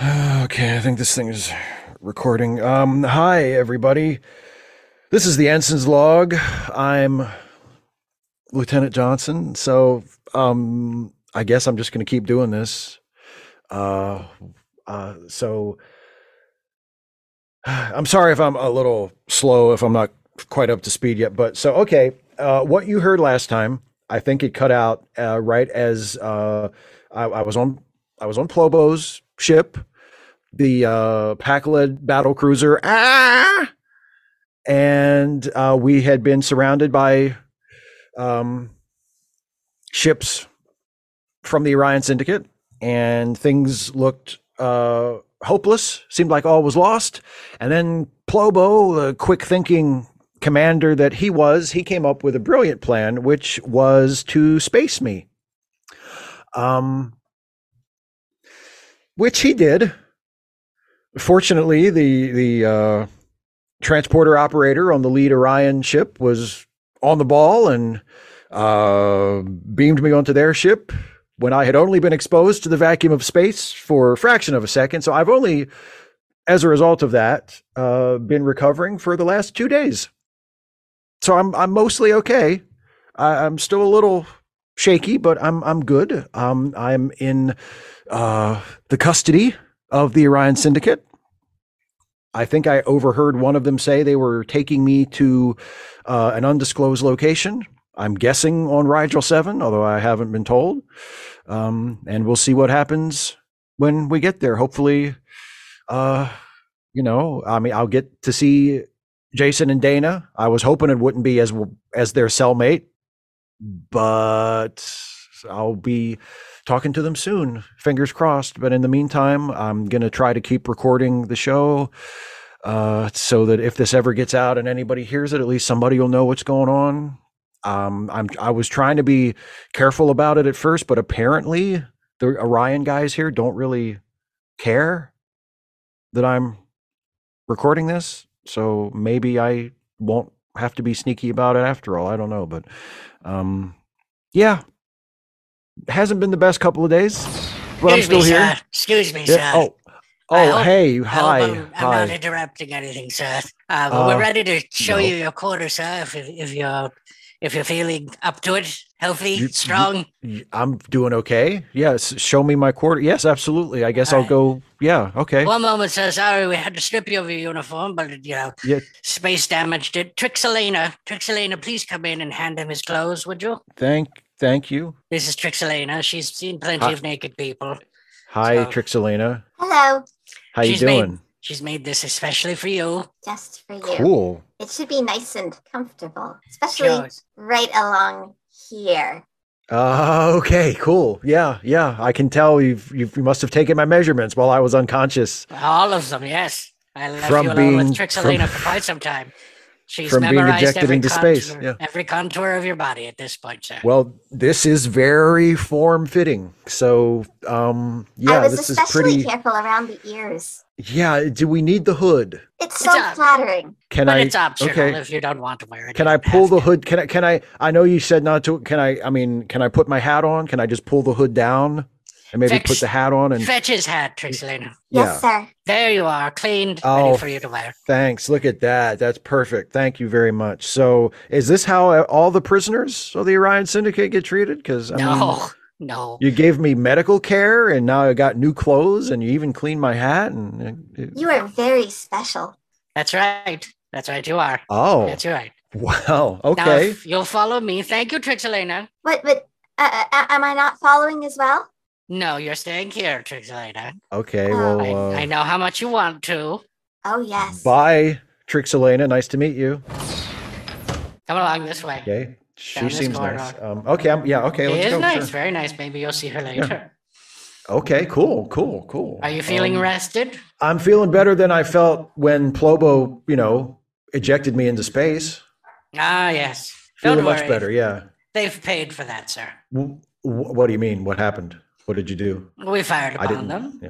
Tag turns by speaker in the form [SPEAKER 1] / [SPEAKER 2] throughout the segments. [SPEAKER 1] Okay, I think this thing is recording. Um, hi, everybody. This is the Ensign's Log. I'm Lieutenant Johnson, so um, I guess I'm just going to keep doing this. Uh, uh, so I'm sorry if I'm a little slow, if I'm not quite up to speed yet, but so, okay, uh, what you heard last time, I think it cut out uh, right as uh, I, I was on. I was on Plobo's ship, the uh, pack led battle cruiser. Ah! And uh, we had been surrounded by um, ships from the Orion Syndicate, and things looked uh, hopeless. Seemed like all was lost. And then Plobo, the quick thinking commander that he was, he came up with a brilliant plan, which was to space me. Um, which he did. Fortunately, the the uh, transporter operator on the lead Orion ship was on the ball and uh, beamed me onto their ship when I had only been exposed to the vacuum of space for a fraction of a second. So I've only, as a result of that, uh, been recovering for the last two days. So I'm I'm mostly okay. I, I'm still a little shaky, but I'm I'm good. Um, I'm in uh, the custody of the Orion Syndicate. I think I overheard one of them say they were taking me to uh, an undisclosed location. I'm guessing on Rigel 7, although I haven't been told. Um, and we'll see what happens when we get there. Hopefully, uh, you know, I mean, I'll get to see Jason and Dana. I was hoping it wouldn't be as as their cellmate, but I'll be talking to them soon. Fingers crossed. But in the meantime, I'm going to try to keep recording the show uh, so that if this ever gets out and anybody hears it, at least somebody will know what's going on. Um, I'm I was trying to be careful about it at first, but apparently the Orion guys here don't really care that I'm recording this. So maybe I won't have to be sneaky about it after all. I don't know, but um, yeah, hasn't been the best couple of days, but I'm
[SPEAKER 2] Excuse
[SPEAKER 1] still
[SPEAKER 2] me,
[SPEAKER 1] here.
[SPEAKER 2] Sir. Excuse me,
[SPEAKER 1] Yeah,
[SPEAKER 2] sir.
[SPEAKER 1] Oh,
[SPEAKER 2] I
[SPEAKER 1] oh,
[SPEAKER 2] hope-
[SPEAKER 1] hey,
[SPEAKER 2] I hope
[SPEAKER 1] hi,
[SPEAKER 2] I'm, I'm
[SPEAKER 1] hi.
[SPEAKER 2] not interrupting anything, sir. Uh, but
[SPEAKER 1] Uh,
[SPEAKER 2] we're ready to show
[SPEAKER 1] no.
[SPEAKER 2] you your quarter, sir. If, if you're if you're feeling up to it, healthy,
[SPEAKER 1] You- you-
[SPEAKER 2] strong.
[SPEAKER 1] Y- I'm doing okay. Yes, show me my quarter. Yes, absolutely. I guess
[SPEAKER 2] All
[SPEAKER 1] I'll
[SPEAKER 2] right.
[SPEAKER 1] go. Yeah, okay.
[SPEAKER 2] One moment, sir. Sorry, we had to strip you of your uniform, but you know,
[SPEAKER 1] Yeah,
[SPEAKER 2] space damaged it. Trixelena, Trixelena, please come in and hand him his clothes, would you?
[SPEAKER 1] thank, thank you.
[SPEAKER 2] This is Trixelena. She's seen plenty
[SPEAKER 1] Hi.
[SPEAKER 2] of naked people.
[SPEAKER 1] Hi,
[SPEAKER 2] So-
[SPEAKER 1] Trixelena.
[SPEAKER 3] Hello,
[SPEAKER 1] How you
[SPEAKER 2] She's made-
[SPEAKER 1] doing?
[SPEAKER 2] She's made this especially for you.
[SPEAKER 3] just for you.
[SPEAKER 1] Cool.
[SPEAKER 3] It should be nice and comfortable, especially
[SPEAKER 2] Sure.
[SPEAKER 3] right along here.
[SPEAKER 1] Uh, okay, cool. Yeah, yeah. I can tell you've, you've you must have taken my measurements while I was unconscious.
[SPEAKER 2] All of them, yes. I left
[SPEAKER 1] From
[SPEAKER 2] you alone with
[SPEAKER 1] being-
[SPEAKER 2] Trixelena
[SPEAKER 1] from-
[SPEAKER 2] for quite some time. She's
[SPEAKER 1] from being
[SPEAKER 2] memorized
[SPEAKER 1] ejected
[SPEAKER 2] every
[SPEAKER 1] into
[SPEAKER 2] contour,
[SPEAKER 1] space, yeah.
[SPEAKER 2] every contour of your body at this point, sir.
[SPEAKER 1] Well, this is very form fitting. So, um,
[SPEAKER 3] I
[SPEAKER 1] yeah,
[SPEAKER 3] was
[SPEAKER 1] this is
[SPEAKER 3] especially
[SPEAKER 1] pretty.
[SPEAKER 3] careful around the ears.
[SPEAKER 1] Yeah. Do we need the hood?
[SPEAKER 3] It's
[SPEAKER 2] It's
[SPEAKER 3] so
[SPEAKER 2] up.
[SPEAKER 3] flattering.
[SPEAKER 1] Can
[SPEAKER 2] but
[SPEAKER 1] I?
[SPEAKER 2] it's optional
[SPEAKER 1] okay.
[SPEAKER 2] if you don't want to wear it.
[SPEAKER 1] Can
[SPEAKER 2] you
[SPEAKER 1] I
[SPEAKER 2] don't
[SPEAKER 1] pull
[SPEAKER 2] have
[SPEAKER 1] the
[SPEAKER 2] to.
[SPEAKER 1] hood? Can I? Can I? I know you said not to. Can I? I mean, can I put my hat on? Can I just pull the hood down and maybe
[SPEAKER 2] Fix-
[SPEAKER 1] put the hat on? And
[SPEAKER 2] Fetch his hat, Trixelena.
[SPEAKER 1] yeah,
[SPEAKER 3] Yes, sir.
[SPEAKER 2] There you are, cleaned,
[SPEAKER 1] Oh,
[SPEAKER 2] ready for you to wear.
[SPEAKER 1] thanks. Look at that. That's perfect. Thank you very much. So, is this how e-, all the prisoners of the Orion Syndicate get treated? Because I mean,
[SPEAKER 2] no, no.
[SPEAKER 1] you gave me medical care, and now I got new clothes, and you even cleaned my hat. And uh, it- it-
[SPEAKER 3] You are very special.
[SPEAKER 2] That's right. That's right, you are.
[SPEAKER 1] oh,
[SPEAKER 2] That's right.
[SPEAKER 1] wow.
[SPEAKER 2] Now,
[SPEAKER 1] Okay.
[SPEAKER 2] if you'll follow me, thank you, Trixelena.
[SPEAKER 3] What? But uh, uh, am I not following as well?
[SPEAKER 2] No, you're staying here, Trixelena.
[SPEAKER 1] Okay.
[SPEAKER 3] Uh,
[SPEAKER 1] Well.
[SPEAKER 2] I,
[SPEAKER 1] uh,
[SPEAKER 2] I know how much you want to.
[SPEAKER 3] Oh yes.
[SPEAKER 1] Bye, Trixelena. Nice to meet you.
[SPEAKER 2] Come along this way.
[SPEAKER 1] Okay. She
[SPEAKER 2] Down this
[SPEAKER 1] seems nice.
[SPEAKER 2] corridor.
[SPEAKER 1] Um, okay. I'm, yeah. Okay.
[SPEAKER 2] It
[SPEAKER 1] Let's
[SPEAKER 2] is
[SPEAKER 1] go.
[SPEAKER 2] nice,
[SPEAKER 1] sure.
[SPEAKER 2] very nice. Maybe you'll see her later.
[SPEAKER 1] Okay. Cool. Cool. Cool.
[SPEAKER 2] Are you feeling
[SPEAKER 1] Um,
[SPEAKER 2] rested?
[SPEAKER 1] I'm feeling better than I felt when Plobo, you know, ejected me into space.
[SPEAKER 2] Ah, yes.
[SPEAKER 1] Feeling
[SPEAKER 2] Don't worry.
[SPEAKER 1] much better. Yeah.
[SPEAKER 2] They've paid for that, sir.
[SPEAKER 1] W- w- what do you mean? What happened? What did you do?
[SPEAKER 2] We fired
[SPEAKER 1] I
[SPEAKER 2] upon
[SPEAKER 1] didn't.
[SPEAKER 2] them.
[SPEAKER 1] Yeah.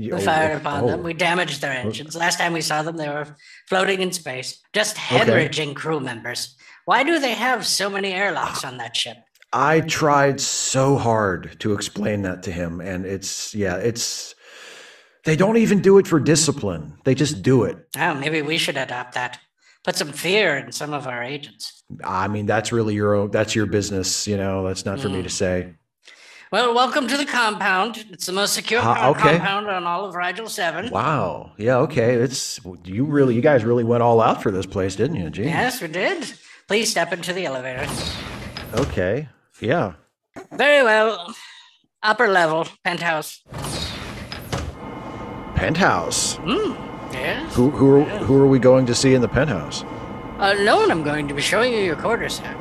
[SPEAKER 1] You-
[SPEAKER 2] We
[SPEAKER 1] oh,
[SPEAKER 2] fired
[SPEAKER 1] oh,
[SPEAKER 2] upon them.
[SPEAKER 1] oh.
[SPEAKER 2] We damaged their engines. Last time we saw them, they were floating in space, just
[SPEAKER 1] Okay.
[SPEAKER 2] hemorrhaging crew members. Why do they have so many airlocks on that ship?
[SPEAKER 1] I tried so hard to explain that to him, and it's yeah, it's They don't even do it for discipline. They just do it.
[SPEAKER 2] Oh, maybe we should adopt that. Put some fear in some of our agents.
[SPEAKER 1] I mean, that's really your own, that's your business. You know, that's not for me
[SPEAKER 2] Hmm.
[SPEAKER 1] to say.
[SPEAKER 2] Well, welcome to the compound. It's the most secure
[SPEAKER 1] Ah,
[SPEAKER 2] com-
[SPEAKER 1] okay.
[SPEAKER 2] compound on all of Rigel 7.
[SPEAKER 1] Wow. Yeah. Okay. It's you really, you guys really went all out for this place, didn't you? Gee.
[SPEAKER 2] Yes, we did. Please step into the elevator.
[SPEAKER 1] Okay. Yeah.
[SPEAKER 2] Very well. Upper level, penthouse.
[SPEAKER 1] Penthouse.
[SPEAKER 2] Hmm. Yes?
[SPEAKER 1] Who who are, who are we going to see in the penthouse?
[SPEAKER 2] Uh, no one, I'm going to be showing you your quarters, sir.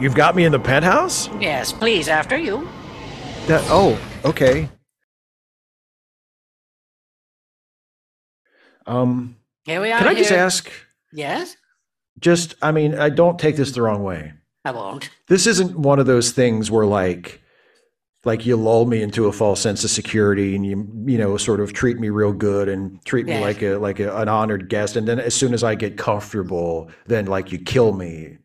[SPEAKER 1] You've got me in the penthouse.
[SPEAKER 2] Yes, please, after you.
[SPEAKER 1] That. Oh. Okay. Um.
[SPEAKER 2] Here we are.
[SPEAKER 1] Can I just
[SPEAKER 2] here.
[SPEAKER 1] ask?
[SPEAKER 2] Yes?
[SPEAKER 1] Just. I mean, I don't take this the wrong way.
[SPEAKER 2] I won't.
[SPEAKER 1] this isn't one of those things where like like you lull me into a false sense of security and you you know sort of treat me real good and treat me
[SPEAKER 2] Yeah.
[SPEAKER 1] like a like a, an honored guest and then as soon as i get comfortable then like you kill me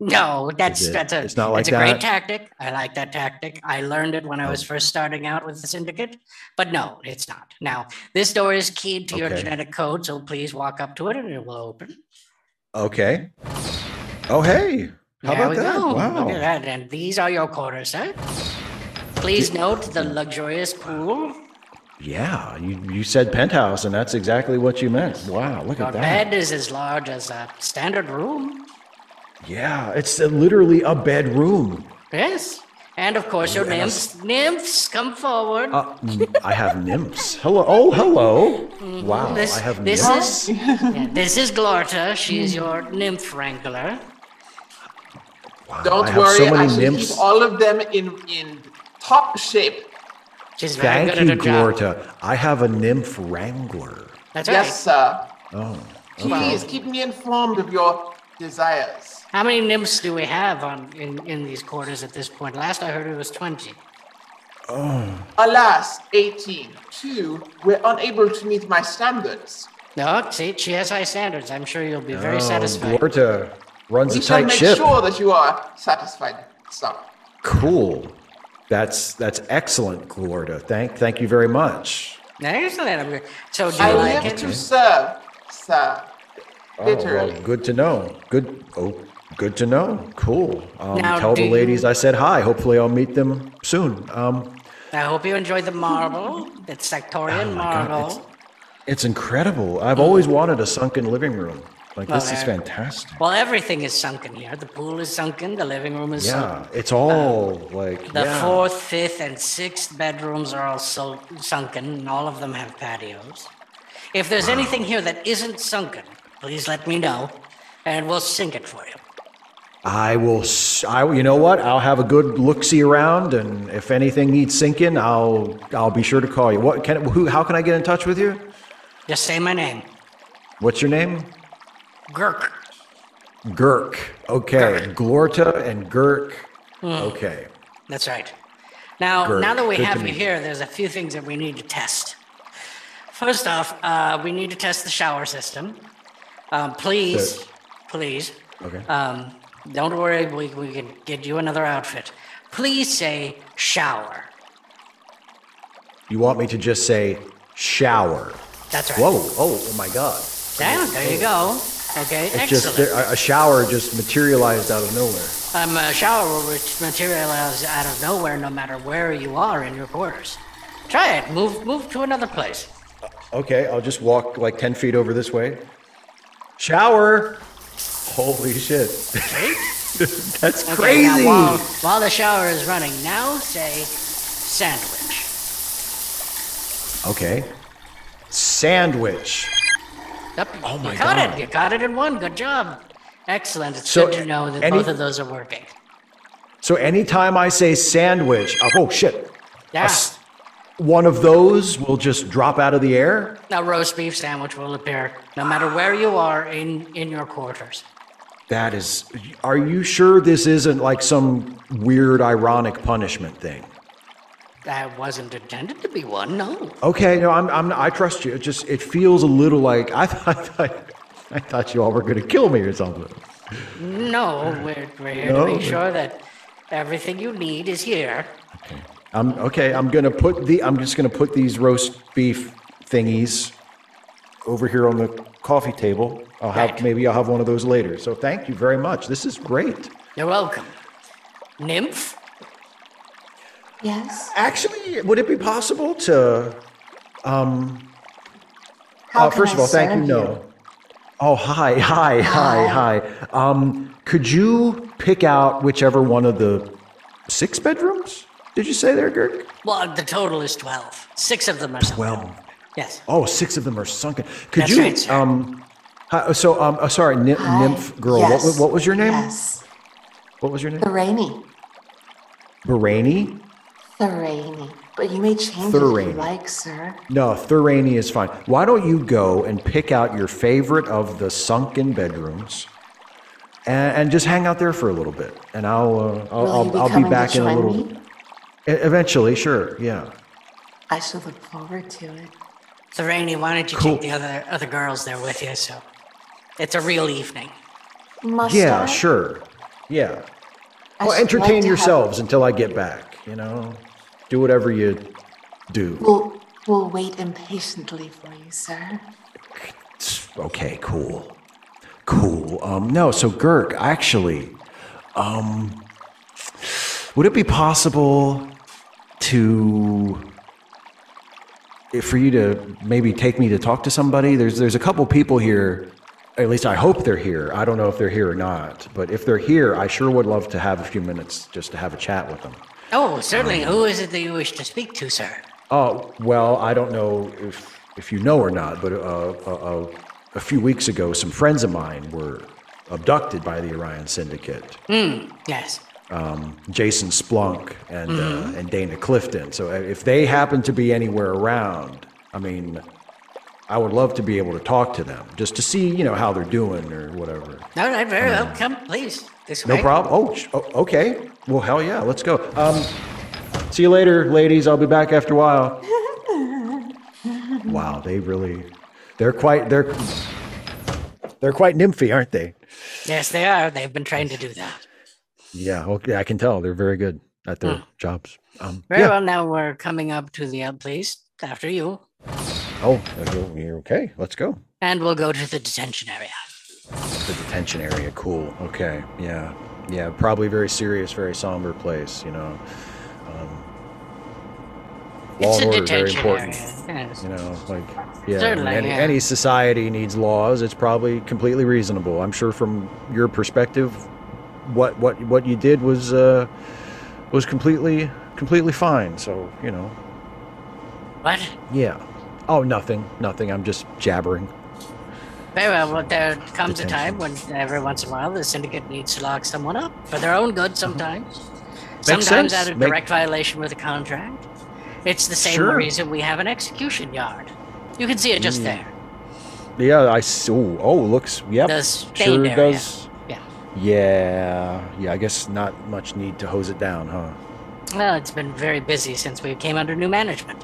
[SPEAKER 2] No, that's
[SPEAKER 1] it-
[SPEAKER 2] that's a
[SPEAKER 1] it's not like
[SPEAKER 2] it's a great
[SPEAKER 1] that? Oh.
[SPEAKER 2] tactic. I like that tactic. I learned it when I was first starting out with the syndicate. But no, it's not. Now this door is keyed to your
[SPEAKER 1] Okay.
[SPEAKER 2] genetic code, so please walk up to it and it will open.
[SPEAKER 1] okay oh hey how
[SPEAKER 2] There
[SPEAKER 1] about
[SPEAKER 2] we
[SPEAKER 1] that
[SPEAKER 2] go.
[SPEAKER 1] wow
[SPEAKER 2] Look at that. And these are your quarters, huh? Please note the luxurious pool,
[SPEAKER 1] yeah you, you said penthouse and that's exactly what you meant wow look
[SPEAKER 2] Your
[SPEAKER 1] at that
[SPEAKER 2] bed is as large as a standard room.
[SPEAKER 1] yeah it's uh, literally a bedroom
[SPEAKER 2] Yes. And of course, your nymphs. Nymphs, come forward.
[SPEAKER 1] uh, i have nymphs hello oh hello wow
[SPEAKER 2] Mm-hmm. This,
[SPEAKER 1] i have
[SPEAKER 2] this
[SPEAKER 1] nymphs
[SPEAKER 2] is yeah, this is Glorta. She is your nymph wrangler.
[SPEAKER 1] Wow,
[SPEAKER 4] Don't
[SPEAKER 1] I have
[SPEAKER 4] worry,
[SPEAKER 1] so many
[SPEAKER 4] I shall
[SPEAKER 1] nymphs.
[SPEAKER 4] keep all of them in in top shape.
[SPEAKER 2] She's very
[SPEAKER 1] Thank
[SPEAKER 2] good
[SPEAKER 1] you,
[SPEAKER 2] at her job.
[SPEAKER 1] Glorta. I have a nymph wrangler.
[SPEAKER 2] That's right.
[SPEAKER 4] Yes, sir.
[SPEAKER 1] Oh,
[SPEAKER 4] Please keep me informed of your desires.
[SPEAKER 2] How many nymphs do we have on in, in these quarters at this point? Last I heard it was twenty.
[SPEAKER 4] Alas, 18. Two were unable to meet my standards.
[SPEAKER 2] No, Oh, see, she has high standards. I'm sure you'll be very
[SPEAKER 1] Oh,
[SPEAKER 2] satisfied.
[SPEAKER 1] Glorta runs
[SPEAKER 4] We
[SPEAKER 1] a
[SPEAKER 4] shall
[SPEAKER 1] tight
[SPEAKER 4] make
[SPEAKER 1] ship.
[SPEAKER 4] sure that you are satisfied, sir.
[SPEAKER 1] Cool. That's that's excellent, Glorta. Thank thank you very much.
[SPEAKER 2] Excellent. I'm good. So do you
[SPEAKER 4] I
[SPEAKER 2] like
[SPEAKER 4] live
[SPEAKER 2] it?
[SPEAKER 4] to serve, sir.
[SPEAKER 1] Oh,
[SPEAKER 4] Literally.
[SPEAKER 1] well, good to know. Good. Oh, good to know. Cool. Um,
[SPEAKER 2] Now,
[SPEAKER 1] tell the
[SPEAKER 2] do
[SPEAKER 1] ladies
[SPEAKER 2] you-
[SPEAKER 1] I said hi. Hopefully, I'll meet them soon. Um,
[SPEAKER 2] I hope you enjoy the marble. It's sectorial
[SPEAKER 1] Oh my God,
[SPEAKER 2] marble.
[SPEAKER 1] it's- it's incredible. I've always wanted a sunken living room. Like this is
[SPEAKER 2] Okay.
[SPEAKER 1] fantastic.
[SPEAKER 2] Well, everything is sunken here. The pool is sunken. The living room is sunken.
[SPEAKER 1] Yeah, it's all
[SPEAKER 4] Um,
[SPEAKER 1] like
[SPEAKER 2] The
[SPEAKER 1] yeah.
[SPEAKER 2] fourth, fifth, and sixth bedrooms are all so- sunken, and all of them have patios. If there's anything here that isn't sunken, please let me know, and we'll sink it for you.
[SPEAKER 1] I will. s- I, you know what? I'll have a good look see around, and if anything needs sinking, I'll I'll be sure to call you. What can? Who? How can I get in touch with you?
[SPEAKER 2] Just say my name,
[SPEAKER 1] What's your name?
[SPEAKER 2] Gurk.
[SPEAKER 1] Girk. Okay, Glorta and Girk. Okay.
[SPEAKER 2] That's right. Now,
[SPEAKER 1] Gurk.
[SPEAKER 2] now that we
[SPEAKER 1] Good to
[SPEAKER 2] have you
[SPEAKER 1] meet you.
[SPEAKER 2] here, there's a few things that we need to test. First off, uh, we need to test the shower system. Um, please,
[SPEAKER 1] So-
[SPEAKER 2] please.
[SPEAKER 1] Okay.
[SPEAKER 2] Um, don't worry, we, we can get you another outfit. Please say shower.
[SPEAKER 1] You want me to just say shower?
[SPEAKER 2] That's right.
[SPEAKER 1] Whoa! Oh, oh my God!
[SPEAKER 2] Yeah, there you go. Okay,
[SPEAKER 1] It just
[SPEAKER 2] excellent.
[SPEAKER 1] there, a- a shower just materialized out of nowhere.
[SPEAKER 2] Um, a shower will ret- materialize out of nowhere, no matter where you are in your quarters. Try it. Move, move to another place.
[SPEAKER 1] Okay, I'll just walk like ten feet over this way. Shower. Holy shit! That's
[SPEAKER 2] Okay,
[SPEAKER 1] crazy.
[SPEAKER 2] now while, while the shower is running, now say sandwich.
[SPEAKER 1] Okay. Sandwich.
[SPEAKER 2] Yep,
[SPEAKER 1] Oh my
[SPEAKER 2] you caught
[SPEAKER 1] God.
[SPEAKER 2] it. You caught it in one. Good job. Excellent. It's
[SPEAKER 1] So,
[SPEAKER 2] good to know that
[SPEAKER 1] any-
[SPEAKER 2] both of those are working.
[SPEAKER 1] So anytime I say sandwich, oh, oh shit, a
[SPEAKER 2] Yeah.
[SPEAKER 1] s- one of those will just drop out of the air.
[SPEAKER 2] Now roast beef sandwich will appear, no matter where you are in in your quarters.
[SPEAKER 1] That is. Are you sure this isn't like some weird ironic punishment thing?
[SPEAKER 2] That wasn't intended to be one. No.
[SPEAKER 1] Okay, no, I'm, I'm, I trust you. It just, it feels a little like I thought, I thought you all were going to kill me or something.
[SPEAKER 2] No, we're, we're here
[SPEAKER 1] No.
[SPEAKER 2] to make sure that everything you need is here.
[SPEAKER 1] Okay. I'm okay. I'm gonna put the. I'm just gonna put these roast beef thingies over here on the coffee table. I'll have
[SPEAKER 2] Right.
[SPEAKER 1] maybe I'll have one of those later. So thank you very much. This is great.
[SPEAKER 2] You're welcome. Nymph?
[SPEAKER 5] Yes.
[SPEAKER 1] Actually, would it be possible to?
[SPEAKER 5] How
[SPEAKER 1] uh,
[SPEAKER 5] can
[SPEAKER 1] first
[SPEAKER 5] I
[SPEAKER 1] of all, thank you.
[SPEAKER 5] serve
[SPEAKER 1] No. Oh hi hi hi hi. Um, could you pick out whichever one of the six bedrooms? Did you say there, Gert?
[SPEAKER 2] Well, the total is 12. Six of them are sunken.
[SPEAKER 1] Well.
[SPEAKER 2] Yes.
[SPEAKER 1] Oh, six of them are sunken. Could
[SPEAKER 2] That's
[SPEAKER 1] you?
[SPEAKER 2] right, sir.
[SPEAKER 1] um, hi- so, um, uh, sorry, ny-
[SPEAKER 5] Hi.
[SPEAKER 1] nymph girl. What, wa-
[SPEAKER 5] Yes.
[SPEAKER 1] what was your name?
[SPEAKER 5] Yes.
[SPEAKER 1] What was your name?
[SPEAKER 5] Theraini.
[SPEAKER 1] Bahraini.
[SPEAKER 5] Theraini. But you may change it if
[SPEAKER 1] Theraini.
[SPEAKER 5] you like, sir.
[SPEAKER 1] No, Thurani is fine. Why don't you go and pick out your favorite of the sunken bedrooms, and, and just hang out there for a little bit, and I'll uh, I'll,
[SPEAKER 5] Will you be
[SPEAKER 1] I'll, I'll
[SPEAKER 5] coming
[SPEAKER 1] be back
[SPEAKER 5] to
[SPEAKER 1] in a
[SPEAKER 5] join
[SPEAKER 1] little.
[SPEAKER 5] me?
[SPEAKER 1] E- Eventually, sure, yeah.
[SPEAKER 5] I should look forward to it.
[SPEAKER 2] Theraini, why don't you
[SPEAKER 1] Cool.
[SPEAKER 2] take the other other girls there with you? So it's a real evening.
[SPEAKER 5] Must
[SPEAKER 1] Yeah,
[SPEAKER 5] I?
[SPEAKER 1] sure. Yeah. well,
[SPEAKER 5] I should like
[SPEAKER 1] entertain
[SPEAKER 5] to have-
[SPEAKER 1] yourselves until I get back. You know, do whatever you do.
[SPEAKER 5] We'll, we'll wait impatiently for you, sir.
[SPEAKER 1] Okay, cool. Cool. Um, no, so Girk, actually, um, would it be possible to eh, for you to maybe take me to talk to somebody? There's there's a couple people here. At least I hope they're here. I don't know if they're here or not, but if they're here, I sure would love to have a few minutes just to have a chat with them.
[SPEAKER 2] Oh, certainly. Who is it that you wish to speak to, sir?
[SPEAKER 1] Uh, well, I don't know if if you know or not, but uh, uh, uh, a few weeks ago, some friends of mine were abducted by the Orion Syndicate.
[SPEAKER 2] Yes.
[SPEAKER 1] Jason Splunk and uh, and Dana Clifton. So uh, if they happen to be anywhere around, I mean, I would love to be able to talk to them just to see you know how they're doing or whatever.
[SPEAKER 2] All right, very well. Come, please. This
[SPEAKER 1] Um, No
[SPEAKER 2] way.
[SPEAKER 1] problem. Oh, sh- oh, okay. Well, hell yeah, let's go. Um, see you later, ladies. I'll be back after a while. wow, they really, they're quite, they're, they're quite nymphy, aren't they?
[SPEAKER 2] Yes, they are. They've been trained to do that.
[SPEAKER 1] Yeah, okay, I can tell. They're very good at their jobs. Um,
[SPEAKER 2] Hmm. Very
[SPEAKER 1] yeah.
[SPEAKER 2] well. Now we're coming up to the up, please. After you.
[SPEAKER 1] Oh, okay, you're okay. Let's go.
[SPEAKER 2] And we'll go to the detention area.
[SPEAKER 1] The detention area. Cool. Okay. Yeah. Yeah. Probably very serious, very somber place. You know. Um, law
[SPEAKER 2] it's
[SPEAKER 1] and
[SPEAKER 2] a
[SPEAKER 1] order is very
[SPEAKER 2] detention area.
[SPEAKER 1] important.
[SPEAKER 2] Yes.
[SPEAKER 1] you know like yeah, I mean,
[SPEAKER 2] Certainly,
[SPEAKER 1] any,
[SPEAKER 2] yeah.
[SPEAKER 1] any society needs laws it's probably completely reasonable i'm sure from your perspective what what what you did was uh was completely completely fine so you know
[SPEAKER 2] What?
[SPEAKER 1] yeah oh nothing nothing i'm just jabbering
[SPEAKER 2] Very well. well there comes a time when
[SPEAKER 1] Detention.
[SPEAKER 2] every once in a while the syndicate needs to lock someone up for their own good sometimes.
[SPEAKER 1] Mm-hmm. Makes
[SPEAKER 2] sometimes
[SPEAKER 1] sense.
[SPEAKER 2] out of
[SPEAKER 1] Make-
[SPEAKER 2] direct violation with a contract. It's the same
[SPEAKER 1] Sure. Mm.
[SPEAKER 2] reason we have an execution yard. You can see it just there.
[SPEAKER 1] yeah i s- ooh, oh looks yep
[SPEAKER 2] The stained
[SPEAKER 1] sure
[SPEAKER 2] area.
[SPEAKER 1] does
[SPEAKER 2] Yeah.
[SPEAKER 1] yeah yeah i guess not much need to hose it down huh
[SPEAKER 2] Well, it's been very busy since we came under new management.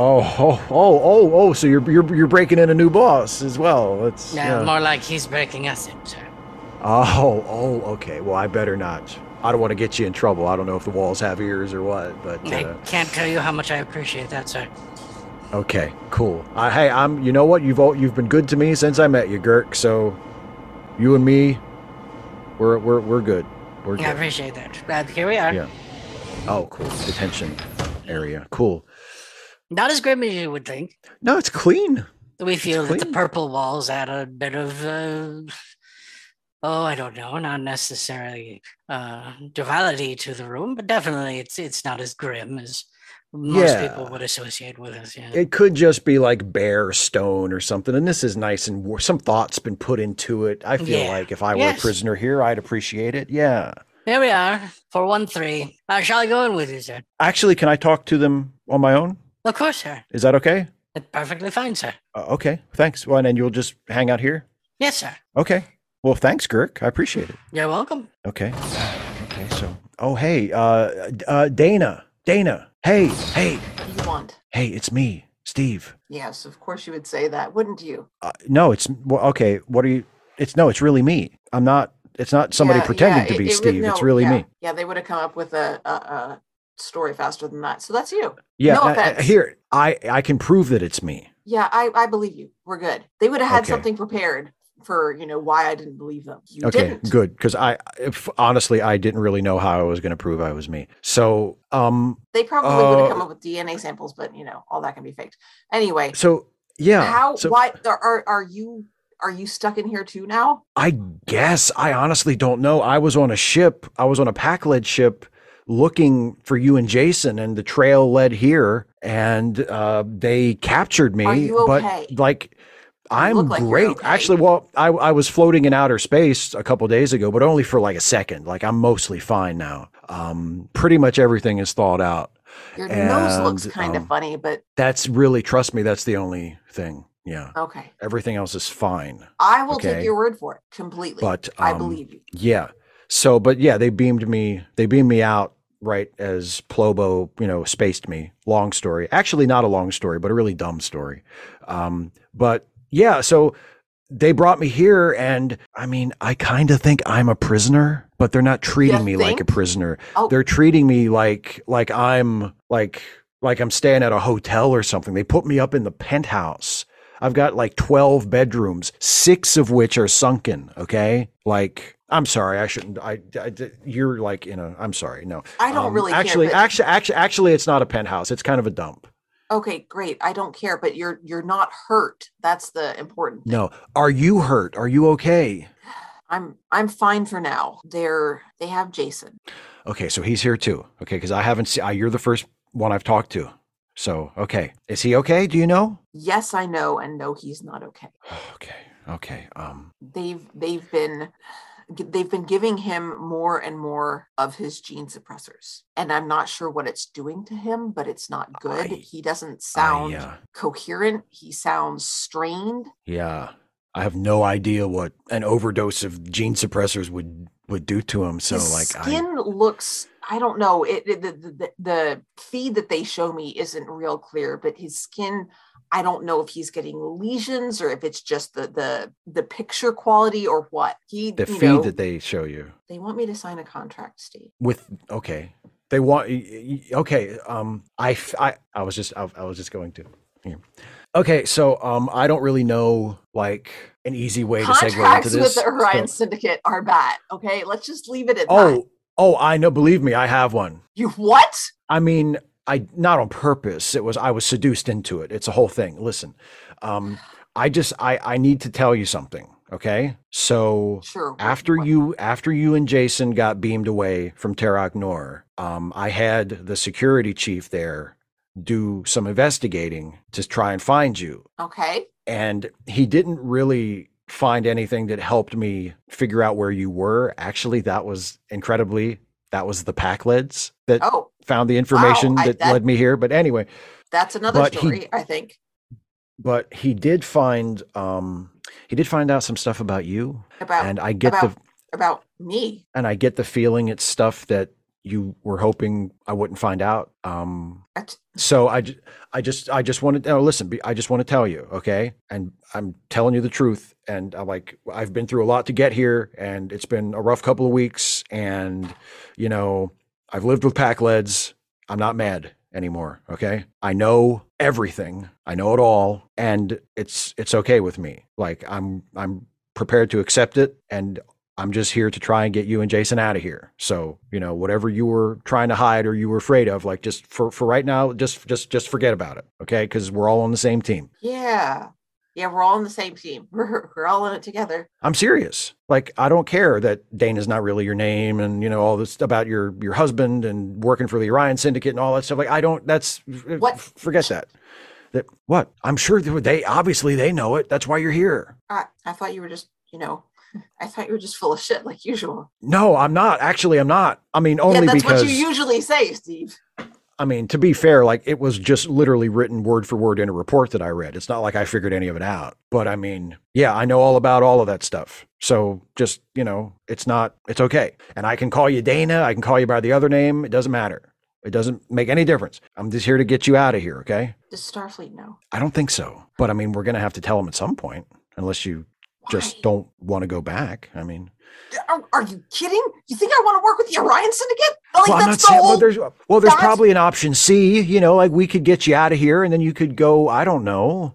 [SPEAKER 1] Oh, oh, oh, oh, oh! So you're you're you're breaking in a new boss as well. That's
[SPEAKER 2] Now, more like he's breaking us in, sir.
[SPEAKER 1] Oh, oh, okay. Well, I better not. I don't want to get you in trouble. I don't know if the walls have ears or what, but
[SPEAKER 2] I
[SPEAKER 1] uh,
[SPEAKER 2] can't tell you how much I appreciate that, sir.
[SPEAKER 1] okay, cool. I, hey, I'm. You know what? You've all, you've been good to me since I met you, Girk. So, you and me, we're we're we're good. We're
[SPEAKER 2] I
[SPEAKER 1] good.
[SPEAKER 2] appreciate that. Uh, here we are.
[SPEAKER 1] Yeah. Oh, cool. Detention area. Cool.
[SPEAKER 2] Not as grim as you would think.
[SPEAKER 1] No, it's clean.
[SPEAKER 2] We feel that the
[SPEAKER 1] clean.
[SPEAKER 2] purple walls add a bit of, uh, oh, I don't know, not necessarily uh, duality to the room, but definitely it's it's not as grim as most people
[SPEAKER 1] Yeah.
[SPEAKER 2] would associate with us. Yeah.
[SPEAKER 1] It could just be like bare stone or something. And this is nice and war- some thought's been put into it. I feel
[SPEAKER 2] Yeah.
[SPEAKER 1] like if I were
[SPEAKER 2] Yes.
[SPEAKER 1] a prisoner here, I'd appreciate it. Yeah.
[SPEAKER 2] Here we are, for one three. Uh, shall I go in with you, sir?
[SPEAKER 1] Actually, can I talk to them on my own?
[SPEAKER 2] Of course, sir.
[SPEAKER 1] Is that okay?
[SPEAKER 2] That's perfectly fine, sir.
[SPEAKER 1] Uh, okay, thanks. Well, and then you'll just hang out here.
[SPEAKER 2] Yes, sir.
[SPEAKER 1] Okay. Well, thanks, Girk. I appreciate it.
[SPEAKER 2] You're welcome.
[SPEAKER 1] Okay. Okay. So, oh hey, uh, d- uh, Dana, Dana. Hey, hey,
[SPEAKER 5] What do you want?
[SPEAKER 1] hey, it's me, Steve.
[SPEAKER 5] Yes, of course you would say that, wouldn't you?
[SPEAKER 1] Uh, no, it's well, okay. What are you? It's no, it's really me. I'm not. It's not somebody
[SPEAKER 5] Yeah,
[SPEAKER 1] pretending
[SPEAKER 5] yeah,
[SPEAKER 1] to be
[SPEAKER 5] it- it would-
[SPEAKER 1] Steve. it's
[SPEAKER 5] no,
[SPEAKER 1] really
[SPEAKER 5] yeah,
[SPEAKER 1] me.
[SPEAKER 5] Yeah, they would have come up with a, a, a story faster than that. So that's you.
[SPEAKER 1] Yeah,
[SPEAKER 5] No
[SPEAKER 1] uh, uh,
[SPEAKER 5] offense.
[SPEAKER 1] here I I can prove that it's me.
[SPEAKER 5] Yeah, I, I believe you. We're good. They would have had
[SPEAKER 1] Okay.
[SPEAKER 5] something prepared for, you know, why I didn't believe them. You
[SPEAKER 1] okay,
[SPEAKER 5] didn't.
[SPEAKER 1] good, because I if, honestly I didn't really know how I was going to prove I was me. So um,
[SPEAKER 5] They probably would
[SPEAKER 1] Uh,
[SPEAKER 5] have come up with DNA samples, but you know, all that can be faked. Anyway,
[SPEAKER 1] so yeah,
[SPEAKER 5] how
[SPEAKER 1] so
[SPEAKER 5] why are are- are you are you stuck in here too now?
[SPEAKER 1] I guess I honestly don't know. I was on a ship. I was on a pack led ship looking for you and Jason, and the trail led here, and uh, they captured me.
[SPEAKER 5] Are you okay?
[SPEAKER 1] But like.
[SPEAKER 5] You
[SPEAKER 1] I'm
[SPEAKER 5] look like you're
[SPEAKER 1] great.
[SPEAKER 5] okay.
[SPEAKER 1] Actually, well, I, I was floating in outer space a couple days ago, but only for like a second. Like I'm mostly fine now. Um, pretty much everything is thawed out.
[SPEAKER 5] Your nose looks
[SPEAKER 1] And,
[SPEAKER 5] kind
[SPEAKER 1] um,
[SPEAKER 5] of funny, but
[SPEAKER 1] That's really, trust me, that's the only thing. Yeah.
[SPEAKER 5] okay.
[SPEAKER 1] Everything else is fine.
[SPEAKER 5] I will
[SPEAKER 1] okay.
[SPEAKER 5] take your word for it completely.
[SPEAKER 1] But
[SPEAKER 5] I
[SPEAKER 1] um,
[SPEAKER 5] believe you.
[SPEAKER 1] Yeah. So, but yeah, they beamed me. They beamed me out right as Plobo, you know, spaced me. Long story. Actually, not a long story, but a really dumb story. Um, but yeah, so they brought me here, and I mean, I kind of think I'm a prisoner, but they're not treating me like a
[SPEAKER 5] think?
[SPEAKER 1] prisoner.
[SPEAKER 5] Oh.
[SPEAKER 1] They're treating me like like I'm like like I'm staying at a hotel or something. They put me up in the penthouse. I've got like 12 bedrooms, six of which are sunken. Okay. Like, I'm sorry. I shouldn't. I, I- you're like, you know, I'm sorry. No.
[SPEAKER 5] I don't
[SPEAKER 1] Um,
[SPEAKER 5] really
[SPEAKER 1] actually,
[SPEAKER 5] care. but-
[SPEAKER 1] actually, actually, actually, it's not a penthouse. It's kind of a dump.
[SPEAKER 5] okay, great. I don't care, but you're you're not hurt. That's the important thing.
[SPEAKER 1] No. Are you hurt? Are you okay?
[SPEAKER 5] I'm I'm fine for now. They're they have Jason.
[SPEAKER 1] Okay. So he's here too. Okay. Cause I haven't seen, you're the first one I've talked to. So, okay. Is he okay? Do you know?
[SPEAKER 5] Yes, I know, and no, he's not okay.
[SPEAKER 1] Okay. Okay. Um,
[SPEAKER 5] They've they've been g- they've been giving him more and more of his gene suppressors, and I'm not sure what it's doing to him, but it's not good.
[SPEAKER 1] I-
[SPEAKER 5] he doesn't
[SPEAKER 1] I,
[SPEAKER 5] sound
[SPEAKER 1] uh,
[SPEAKER 5] coherent. He sounds strained.
[SPEAKER 1] Yeah. I have no idea what an overdose of gene suppressors would would do to him. So
[SPEAKER 5] his
[SPEAKER 1] like I,
[SPEAKER 5] skin looks i don't know it, it- the, the- the, the feed that they show me isn't real clear but his skin i don't know if he's getting lesions or if it's just the the the picture quality or what he
[SPEAKER 1] the
[SPEAKER 5] you
[SPEAKER 1] feed
[SPEAKER 5] know,
[SPEAKER 1] that they show you
[SPEAKER 5] they want me to sign a contract steve
[SPEAKER 1] with okay. They want y- y- y- okay. Um, I f- I I was just I, I was just going to. here. Okay, so um, I don't really know like an easy way to segue into
[SPEAKER 5] contracts
[SPEAKER 1] this.
[SPEAKER 5] with the orion
[SPEAKER 1] so-
[SPEAKER 5] syndicate are bad okay let's just leave it at that
[SPEAKER 1] oh, oh, I know. Believe me, I have one.
[SPEAKER 5] you what
[SPEAKER 1] I mean, I not on purpose. It was I was seduced into it. It's a whole thing. Listen, um, I just I I need to tell you something. Okay, so
[SPEAKER 5] sure what-
[SPEAKER 1] after
[SPEAKER 5] what-
[SPEAKER 1] you after you and Jason got beamed away from Terok Nor, um, I had the security chief there do some investigating to try and find you
[SPEAKER 5] okay
[SPEAKER 1] and he didn't really find anything that helped me figure out where you were actually that was incredibly that was the pack leads that
[SPEAKER 5] oh
[SPEAKER 1] found the information
[SPEAKER 5] I-
[SPEAKER 1] that,
[SPEAKER 5] that-
[SPEAKER 1] led me here. But anyway,
[SPEAKER 5] that's another
[SPEAKER 1] But he-
[SPEAKER 5] story i think
[SPEAKER 1] but he did find um he did find out some stuff about you,
[SPEAKER 5] about
[SPEAKER 1] and I get the
[SPEAKER 5] about- about me
[SPEAKER 1] and I get the feeling it's stuff that you were hoping I wouldn't find out. Um,
[SPEAKER 5] That's-
[SPEAKER 1] so I, ju- I just I just wanted to listen. be- I just want to tell you, okay? And I'm telling you the truth. And I like I've been through a lot to get here, and it's been a rough couple of weeks. And you know, I've lived with pack leads. I'm not mad anymore. Okay, I know everything. I know it all, and it's it's okay with me. Like I'm I'm prepared to accept it, and I'm just here to try and get you and Jason out of here. So, you know, whatever you were trying to hide or you were afraid of, like just for, for right now, just just just forget about it. Okay. Cause we're all on the same team.
[SPEAKER 5] yeah yeah we're all on the same team we're, we're all in it together
[SPEAKER 1] I'm serious. Like I don't care that Dana's not really your name and you know all this about your your husband and working for the Orion Syndicate and all that stuff. Like I don't that's uh,
[SPEAKER 5] What?
[SPEAKER 1] forget that. That what? I'm sure they they- obviously they know it. That's why you're here.
[SPEAKER 5] I, I thought you were just, you know, I thought you were just full of shit like usual.
[SPEAKER 1] No, I'm not. Actually, I'm not. I mean, only
[SPEAKER 5] yeah, that's
[SPEAKER 1] because
[SPEAKER 5] what you usually say, Steve.
[SPEAKER 1] I mean, to be fair, like it was just literally written word for word in a report that I read. It's not like I figured any of it out. But I mean, yeah, I know all about all of that stuff. So just, you know, it's not, it's okay. And I can call you Dana. I can call you by the other name. It doesn't matter. It doesn't make any difference. I'm just here to get you out of here. Okay.
[SPEAKER 5] Does Starfleet know?
[SPEAKER 1] I don't think so. But I mean, we're going to have to tell them at some point, unless you just
[SPEAKER 5] Why?
[SPEAKER 1] don't want to go back. I mean,
[SPEAKER 5] Are, are you kidding? You think I want to work with the Orion Syndicate? Like
[SPEAKER 1] well, I'm not
[SPEAKER 5] that's the
[SPEAKER 1] saying, well,
[SPEAKER 5] whole-
[SPEAKER 1] there's, well, there's
[SPEAKER 5] that's-
[SPEAKER 1] probably an option C, you know, like we could get you out of here and then you could go, I don't know.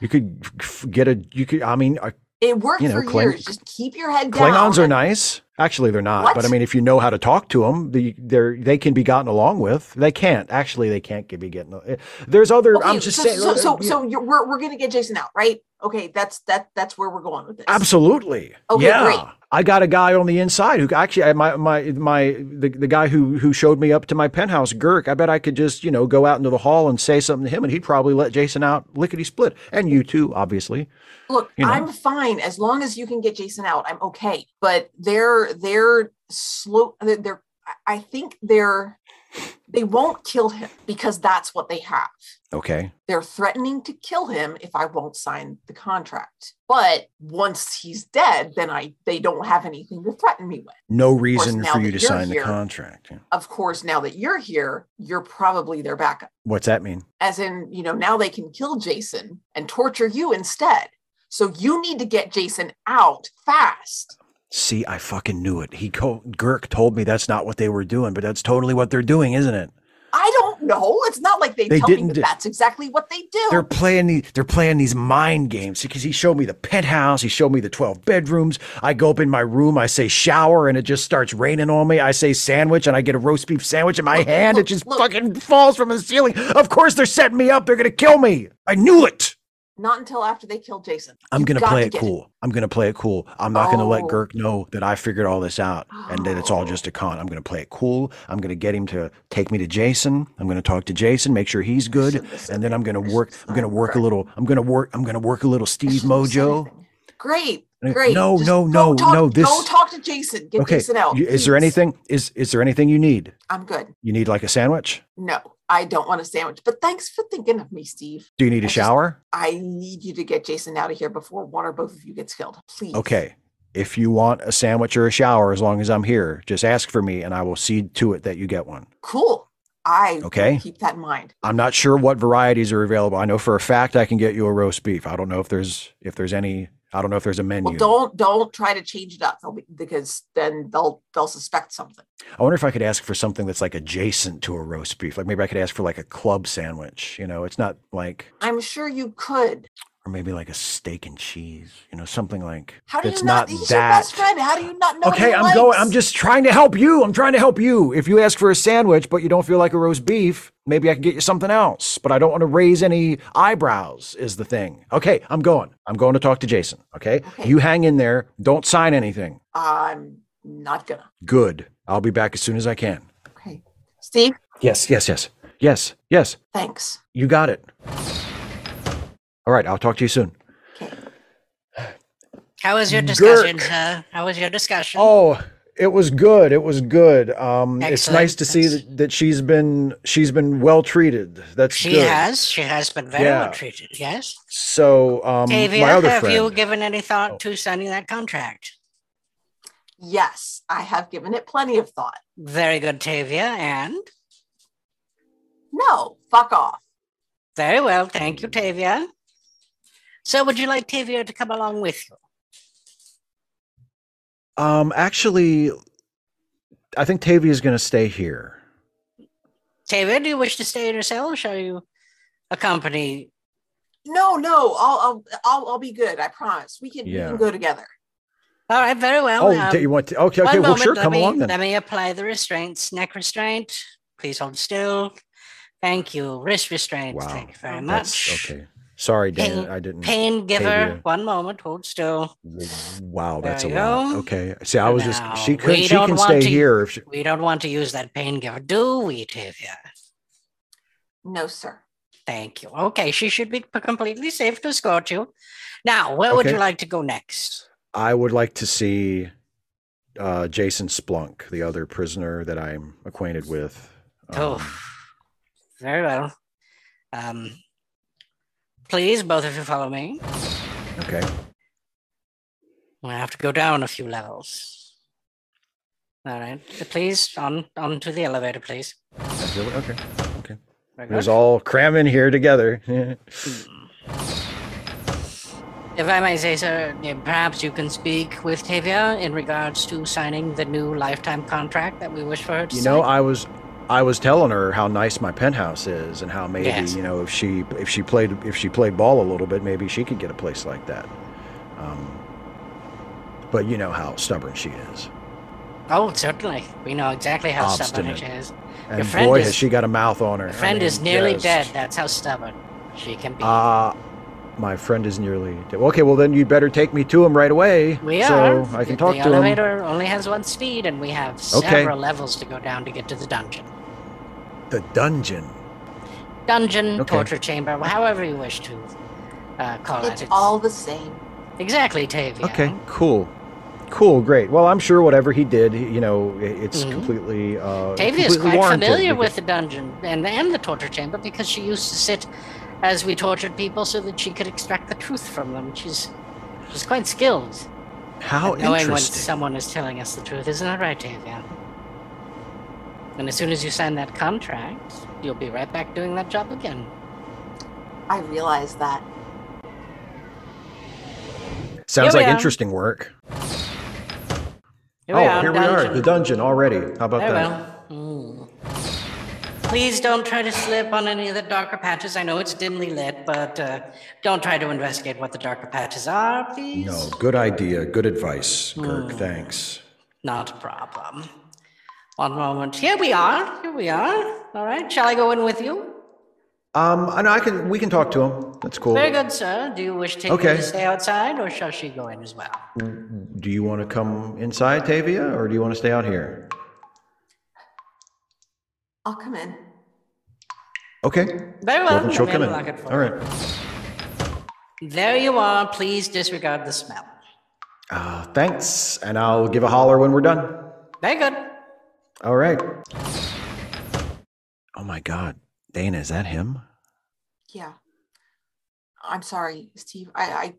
[SPEAKER 1] You could f- get a, you could, I mean, uh,
[SPEAKER 5] it worked
[SPEAKER 1] you know,
[SPEAKER 5] for
[SPEAKER 1] Kling-
[SPEAKER 5] years. Just keep your head down.
[SPEAKER 1] Klingons are nice. Actually, they're not. But I
[SPEAKER 5] What?
[SPEAKER 1] mean, if you know how to talk to them, the, they're, they can be gotten along with. They can't. Actually, they can't get- be getting. eh, There's other,
[SPEAKER 5] Okay,
[SPEAKER 1] I'm just
[SPEAKER 5] so,
[SPEAKER 1] saying. uh,
[SPEAKER 5] So, so,
[SPEAKER 1] yeah,
[SPEAKER 5] so you're, we're we're gonna get Jason out, right? Okay, that's that. That's where we're going with this.
[SPEAKER 1] Absolutely.
[SPEAKER 5] Okay,
[SPEAKER 1] yeah.
[SPEAKER 5] great.
[SPEAKER 1] I got a guy on the inside who actually I- my my my the, the guy who who showed me up to my penthouse, Girk. I bet I could just, you know, go out into the hall and say something to him and he'd probably let Jason out lickety split. And you too, obviously.
[SPEAKER 5] Look,
[SPEAKER 1] you know.
[SPEAKER 5] I'm fine as long as you can get Jason out. I'm okay. But they're they're slow. They're, they're I- I think they're they won't kill him because that's what they have.
[SPEAKER 1] Okay.
[SPEAKER 5] They're threatening to kill him if I won't sign the contract. But once he's dead, then I they don't have anything to threaten me with.
[SPEAKER 1] No reason
[SPEAKER 5] now
[SPEAKER 1] for you
[SPEAKER 5] that
[SPEAKER 1] to
[SPEAKER 5] you're
[SPEAKER 1] sign
[SPEAKER 5] here-
[SPEAKER 1] the contract. Yeah.
[SPEAKER 5] Of course, now that you're here, you're probably their backup.
[SPEAKER 1] What's that mean?
[SPEAKER 5] as in, you know, now they can kill Jason and torture you instead. So you need to get Jason out fast.
[SPEAKER 1] See, I fucking knew it. He co- Girk told me that's not what they were doing, but that's totally what they're doing, isn't it?
[SPEAKER 5] I don't know. It's not like they,
[SPEAKER 1] They
[SPEAKER 5] tell me
[SPEAKER 1] didn't
[SPEAKER 5] that
[SPEAKER 1] do-
[SPEAKER 5] that's exactly what they do.
[SPEAKER 1] They're playing these. They're playing these mind games because he showed me the penthouse. He showed me the twelve bedrooms. I go up in my room. I say shower, and it just starts raining on me. I say sandwich, and I get a roast beef sandwich in my
[SPEAKER 5] Look,
[SPEAKER 1] hand.
[SPEAKER 5] look,
[SPEAKER 1] it just
[SPEAKER 5] look.
[SPEAKER 1] fucking falls from the ceiling. Of course, they're setting me up. They're gonna kill me. I knew it.
[SPEAKER 5] not until after they kill Jason.
[SPEAKER 1] I'm
[SPEAKER 5] You've
[SPEAKER 1] gonna
[SPEAKER 5] got
[SPEAKER 1] play
[SPEAKER 5] to
[SPEAKER 1] it
[SPEAKER 5] get
[SPEAKER 1] cool. I'm gonna play it cool. I'm not gonna let
[SPEAKER 5] Oh.
[SPEAKER 1] Girk know that I figured all this out and that it's all
[SPEAKER 5] Oh.
[SPEAKER 1] just a con. I'm gonna play it cool. I'm gonna get him to take me to Jason. I'm gonna talk to Jason, make sure he's good.
[SPEAKER 5] shouldn't have said
[SPEAKER 1] and then I'm gonna
[SPEAKER 5] anything. I
[SPEAKER 1] work.
[SPEAKER 5] shouldn't
[SPEAKER 1] I'm
[SPEAKER 5] have
[SPEAKER 1] gonna
[SPEAKER 5] said
[SPEAKER 1] work a
[SPEAKER 5] anything.
[SPEAKER 1] little. I'm gonna work. I'm gonna work a little
[SPEAKER 5] I
[SPEAKER 1] Steve
[SPEAKER 5] shouldn't have said
[SPEAKER 1] Mojo.
[SPEAKER 5] anything. Great.
[SPEAKER 1] Uh,
[SPEAKER 5] Great.
[SPEAKER 1] no,
[SPEAKER 5] Just
[SPEAKER 1] no,
[SPEAKER 5] go
[SPEAKER 1] no,
[SPEAKER 5] talk-
[SPEAKER 1] no,
[SPEAKER 5] Go
[SPEAKER 1] this-
[SPEAKER 5] talk to Jason. Get
[SPEAKER 1] Okay.
[SPEAKER 5] Jason out.
[SPEAKER 1] you- Is there
[SPEAKER 5] please.
[SPEAKER 1] anything? Is is there anything you need?
[SPEAKER 5] I'm good.
[SPEAKER 1] You need like a sandwich?
[SPEAKER 5] No, I don't want a sandwich. But thanks for thinking of me, Steve.
[SPEAKER 1] Do you need a
[SPEAKER 5] I just-
[SPEAKER 1] shower?
[SPEAKER 5] I need you to get Jason out of here before one or both of you gets killed. Please.
[SPEAKER 1] Okay. If you want a sandwich or a shower, as long as I'm here, just ask for me, and I will see to it that you get one.
[SPEAKER 5] Cool. I will
[SPEAKER 1] Okay.
[SPEAKER 5] keep that in mind.
[SPEAKER 1] I'm not sure what varieties are available. I know for a fact I can get you a roast beef. I don't know if there's if there's any. I don't know if there's a menu.
[SPEAKER 5] Well, don't don't try to change it up they'll be, because then they'll they'll suspect something.
[SPEAKER 1] I wonder if I could ask for something that's like adjacent to a roast beef. Like maybe I could ask for like a club sandwich. You know, it's not like
[SPEAKER 5] I'm sure you could.
[SPEAKER 1] or maybe like a steak and cheese. You know, something like
[SPEAKER 5] How do
[SPEAKER 1] that's
[SPEAKER 5] you not?
[SPEAKER 1] not
[SPEAKER 5] he's your
[SPEAKER 1] that.
[SPEAKER 5] best friend. How do you not know? what
[SPEAKER 1] okay,
[SPEAKER 5] he
[SPEAKER 1] I'm going. I'm
[SPEAKER 5] likes?
[SPEAKER 1] just trying to help you. I'm trying to help you. If you ask for a sandwich but you don't feel like a roast beef, maybe I can get you something else. But I don't want to raise any eyebrows. Is the thing. Okay, I'm going. I'm going to talk to Jason. Okay,
[SPEAKER 5] Okay.
[SPEAKER 1] you hang in there. Don't sign anything.
[SPEAKER 5] I'm not gonna.
[SPEAKER 1] Good. I'll be back as soon as I can.
[SPEAKER 5] Okay, Steve.
[SPEAKER 1] Yes, yes, yes, yes, yes.
[SPEAKER 5] Thanks.
[SPEAKER 1] You got it. All right, I'll talk to you soon.
[SPEAKER 5] Okay.
[SPEAKER 2] How was your
[SPEAKER 1] Gurk.
[SPEAKER 2] discussion, sir? How was your discussion?
[SPEAKER 1] Oh, it was good. It was good. Um, it's
[SPEAKER 2] Excellent.
[SPEAKER 1] nice to see
[SPEAKER 2] That's-
[SPEAKER 1] that, that she's been she's been well treated. That's
[SPEAKER 2] she
[SPEAKER 1] good.
[SPEAKER 2] has. She has been very
[SPEAKER 1] Yeah.
[SPEAKER 2] well treated. Yes.
[SPEAKER 1] So, um,
[SPEAKER 2] Tavia,
[SPEAKER 1] my other
[SPEAKER 2] have
[SPEAKER 1] friend.
[SPEAKER 2] you given any
[SPEAKER 1] Oh.
[SPEAKER 2] thought to signing that contract?
[SPEAKER 5] Yes, I have given it plenty of thought.
[SPEAKER 2] Very good, Tavia. And
[SPEAKER 5] No, fuck off.
[SPEAKER 2] very well. Thank you, Tavia. So, would you like Tavia to come along with you?
[SPEAKER 1] Um, actually, I think Tavia is going to stay here.
[SPEAKER 2] Tavia, do you wish to stay in your cell or shall you accompany?
[SPEAKER 5] No, no, I'll I'll I'll, I'll be good. I promise. We can we
[SPEAKER 1] Yeah.
[SPEAKER 5] can go together.
[SPEAKER 2] All right, very well.
[SPEAKER 1] Oh,
[SPEAKER 2] um,
[SPEAKER 1] you want to? Okay, okay.
[SPEAKER 2] One
[SPEAKER 1] Well,
[SPEAKER 2] moment,
[SPEAKER 1] sure.
[SPEAKER 2] let
[SPEAKER 1] Come
[SPEAKER 2] me,
[SPEAKER 1] along then.
[SPEAKER 2] Let me apply the restraints. Neck restraint. Please hold still. Thank you. Wrist restraint.
[SPEAKER 1] Wow,
[SPEAKER 2] Thank you very
[SPEAKER 1] That's
[SPEAKER 2] much.
[SPEAKER 1] okay. Sorry, Dan.
[SPEAKER 2] Pain-
[SPEAKER 1] I didn't.
[SPEAKER 2] Pain giver.
[SPEAKER 1] Tavia.
[SPEAKER 2] One moment. Hold still.
[SPEAKER 1] Wow, that's a
[SPEAKER 2] There you
[SPEAKER 1] lot.
[SPEAKER 2] go.
[SPEAKER 1] Okay. See, I was just. She
[SPEAKER 2] Now,
[SPEAKER 1] could.
[SPEAKER 2] we
[SPEAKER 1] She
[SPEAKER 2] don't
[SPEAKER 1] can
[SPEAKER 2] want
[SPEAKER 1] stay
[SPEAKER 2] to-
[SPEAKER 1] here if she,
[SPEAKER 2] We don't want to use that pain giver, do we, Tavia?
[SPEAKER 5] No, sir.
[SPEAKER 2] Thank you. Okay, she should be p- completely safe to escort you. Now, where would
[SPEAKER 1] Okay.
[SPEAKER 2] you like to go next?
[SPEAKER 1] I would like to see uh, Jason Splunk, the other prisoner that I'm acquainted with. Um,
[SPEAKER 2] oh, very well. Um, please, both of you follow me.
[SPEAKER 1] Okay.
[SPEAKER 2] I have to go down a few levels. All right, So please on on to the elevator, please.
[SPEAKER 1] I feel it. Okay. Okay.
[SPEAKER 2] Very
[SPEAKER 1] It was
[SPEAKER 2] good.
[SPEAKER 1] all cramming here together.
[SPEAKER 2] Hmm. If I may say, sir, eh, perhaps you can speak with Tavia in regards to signing the new lifetime contract that we wish for her to
[SPEAKER 1] You
[SPEAKER 2] sign.
[SPEAKER 1] know, I was I was telling her how nice my penthouse is and how maybe,
[SPEAKER 2] Yes.
[SPEAKER 1] you know, if she if she played if she played ball a little bit, maybe she could get a place like that. Um, but you know how stubborn she is.
[SPEAKER 2] oh, certainly. We know exactly how stubborn she
[SPEAKER 1] Obstinate.
[SPEAKER 2] is.
[SPEAKER 1] And
[SPEAKER 2] friend
[SPEAKER 1] boy
[SPEAKER 2] is-
[SPEAKER 1] has she got a mouth on her.
[SPEAKER 2] Your
[SPEAKER 1] I
[SPEAKER 2] friend is
[SPEAKER 1] mean,
[SPEAKER 2] nearly
[SPEAKER 1] just-
[SPEAKER 2] dead. That's how stubborn she can be.
[SPEAKER 1] Ah, my friend is nearly dead. Okay, well then you'd better take me to him right away.
[SPEAKER 2] we
[SPEAKER 1] so
[SPEAKER 2] are.
[SPEAKER 1] I can
[SPEAKER 2] The-
[SPEAKER 1] talk
[SPEAKER 2] the
[SPEAKER 1] to him.
[SPEAKER 2] elevator only has one speed, and we have
[SPEAKER 1] Okay.
[SPEAKER 2] several levels to go down to get to the dungeon.
[SPEAKER 1] The dungeon.
[SPEAKER 2] Dungeon,
[SPEAKER 1] Okay.
[SPEAKER 2] torture chamber, however you wish to uh, call
[SPEAKER 5] It's
[SPEAKER 2] it.
[SPEAKER 5] all the same.
[SPEAKER 2] exactly Tavia.
[SPEAKER 1] Okay, cool. Cool, great. Well, I'm sure whatever he did, you know, i- it's
[SPEAKER 2] Mhm.
[SPEAKER 1] completely uh
[SPEAKER 2] Tavia is
[SPEAKER 1] completely
[SPEAKER 2] quite
[SPEAKER 1] warranted
[SPEAKER 2] familiar
[SPEAKER 1] because-
[SPEAKER 2] with the dungeon and, and the torture chamber because she used to sit as we tortured people so that she could extract the truth from them. She's she's quite skilled
[SPEAKER 1] How
[SPEAKER 2] at knowing when
[SPEAKER 1] interesting.
[SPEAKER 2] someone is telling us the truth. Isn't that right, Tavia? And as soon as you sign that contract, you'll be right back doing that job again.
[SPEAKER 5] I realize that.
[SPEAKER 1] Sounds
[SPEAKER 2] Here we
[SPEAKER 1] like
[SPEAKER 2] are.
[SPEAKER 1] interesting work.
[SPEAKER 2] Here we
[SPEAKER 1] oh,
[SPEAKER 2] are,
[SPEAKER 1] here we are.
[SPEAKER 2] dungeon.
[SPEAKER 1] The dungeon already. How about
[SPEAKER 2] Very
[SPEAKER 1] that?
[SPEAKER 2] well. Mm. Please don't try to slip on any of the darker patches. I know it's dimly lit, but uh, don't try to investigate what the darker patches are, please.
[SPEAKER 1] No, good idea. Good advice, Kirk.
[SPEAKER 2] Mm.
[SPEAKER 1] Thanks.
[SPEAKER 2] Not a problem. One moment. Here we are. Here we are. All right. Shall I go in with you?
[SPEAKER 1] Um, I know I can we can talk to him. That's cool.
[SPEAKER 2] Very good, sir. Do you wish Tavia
[SPEAKER 1] Oh. Okay.
[SPEAKER 2] to stay outside, or shall she go in as well?
[SPEAKER 1] Do you want to come inside, Tavia, or do you want to stay out here?
[SPEAKER 5] I'll come in.
[SPEAKER 1] Okay. Well,
[SPEAKER 2] Very well.
[SPEAKER 1] then she'll
[SPEAKER 2] I may
[SPEAKER 1] come in.
[SPEAKER 2] unlock it for
[SPEAKER 1] All
[SPEAKER 2] you.
[SPEAKER 1] right.
[SPEAKER 2] There you are. Please disregard the smell.
[SPEAKER 1] Uh, thanks, and I'll give a holler when we're done.
[SPEAKER 2] Very good.
[SPEAKER 1] All right. Oh my God, Dana, is that him?
[SPEAKER 5] Yeah. I'm sorry, Steve. I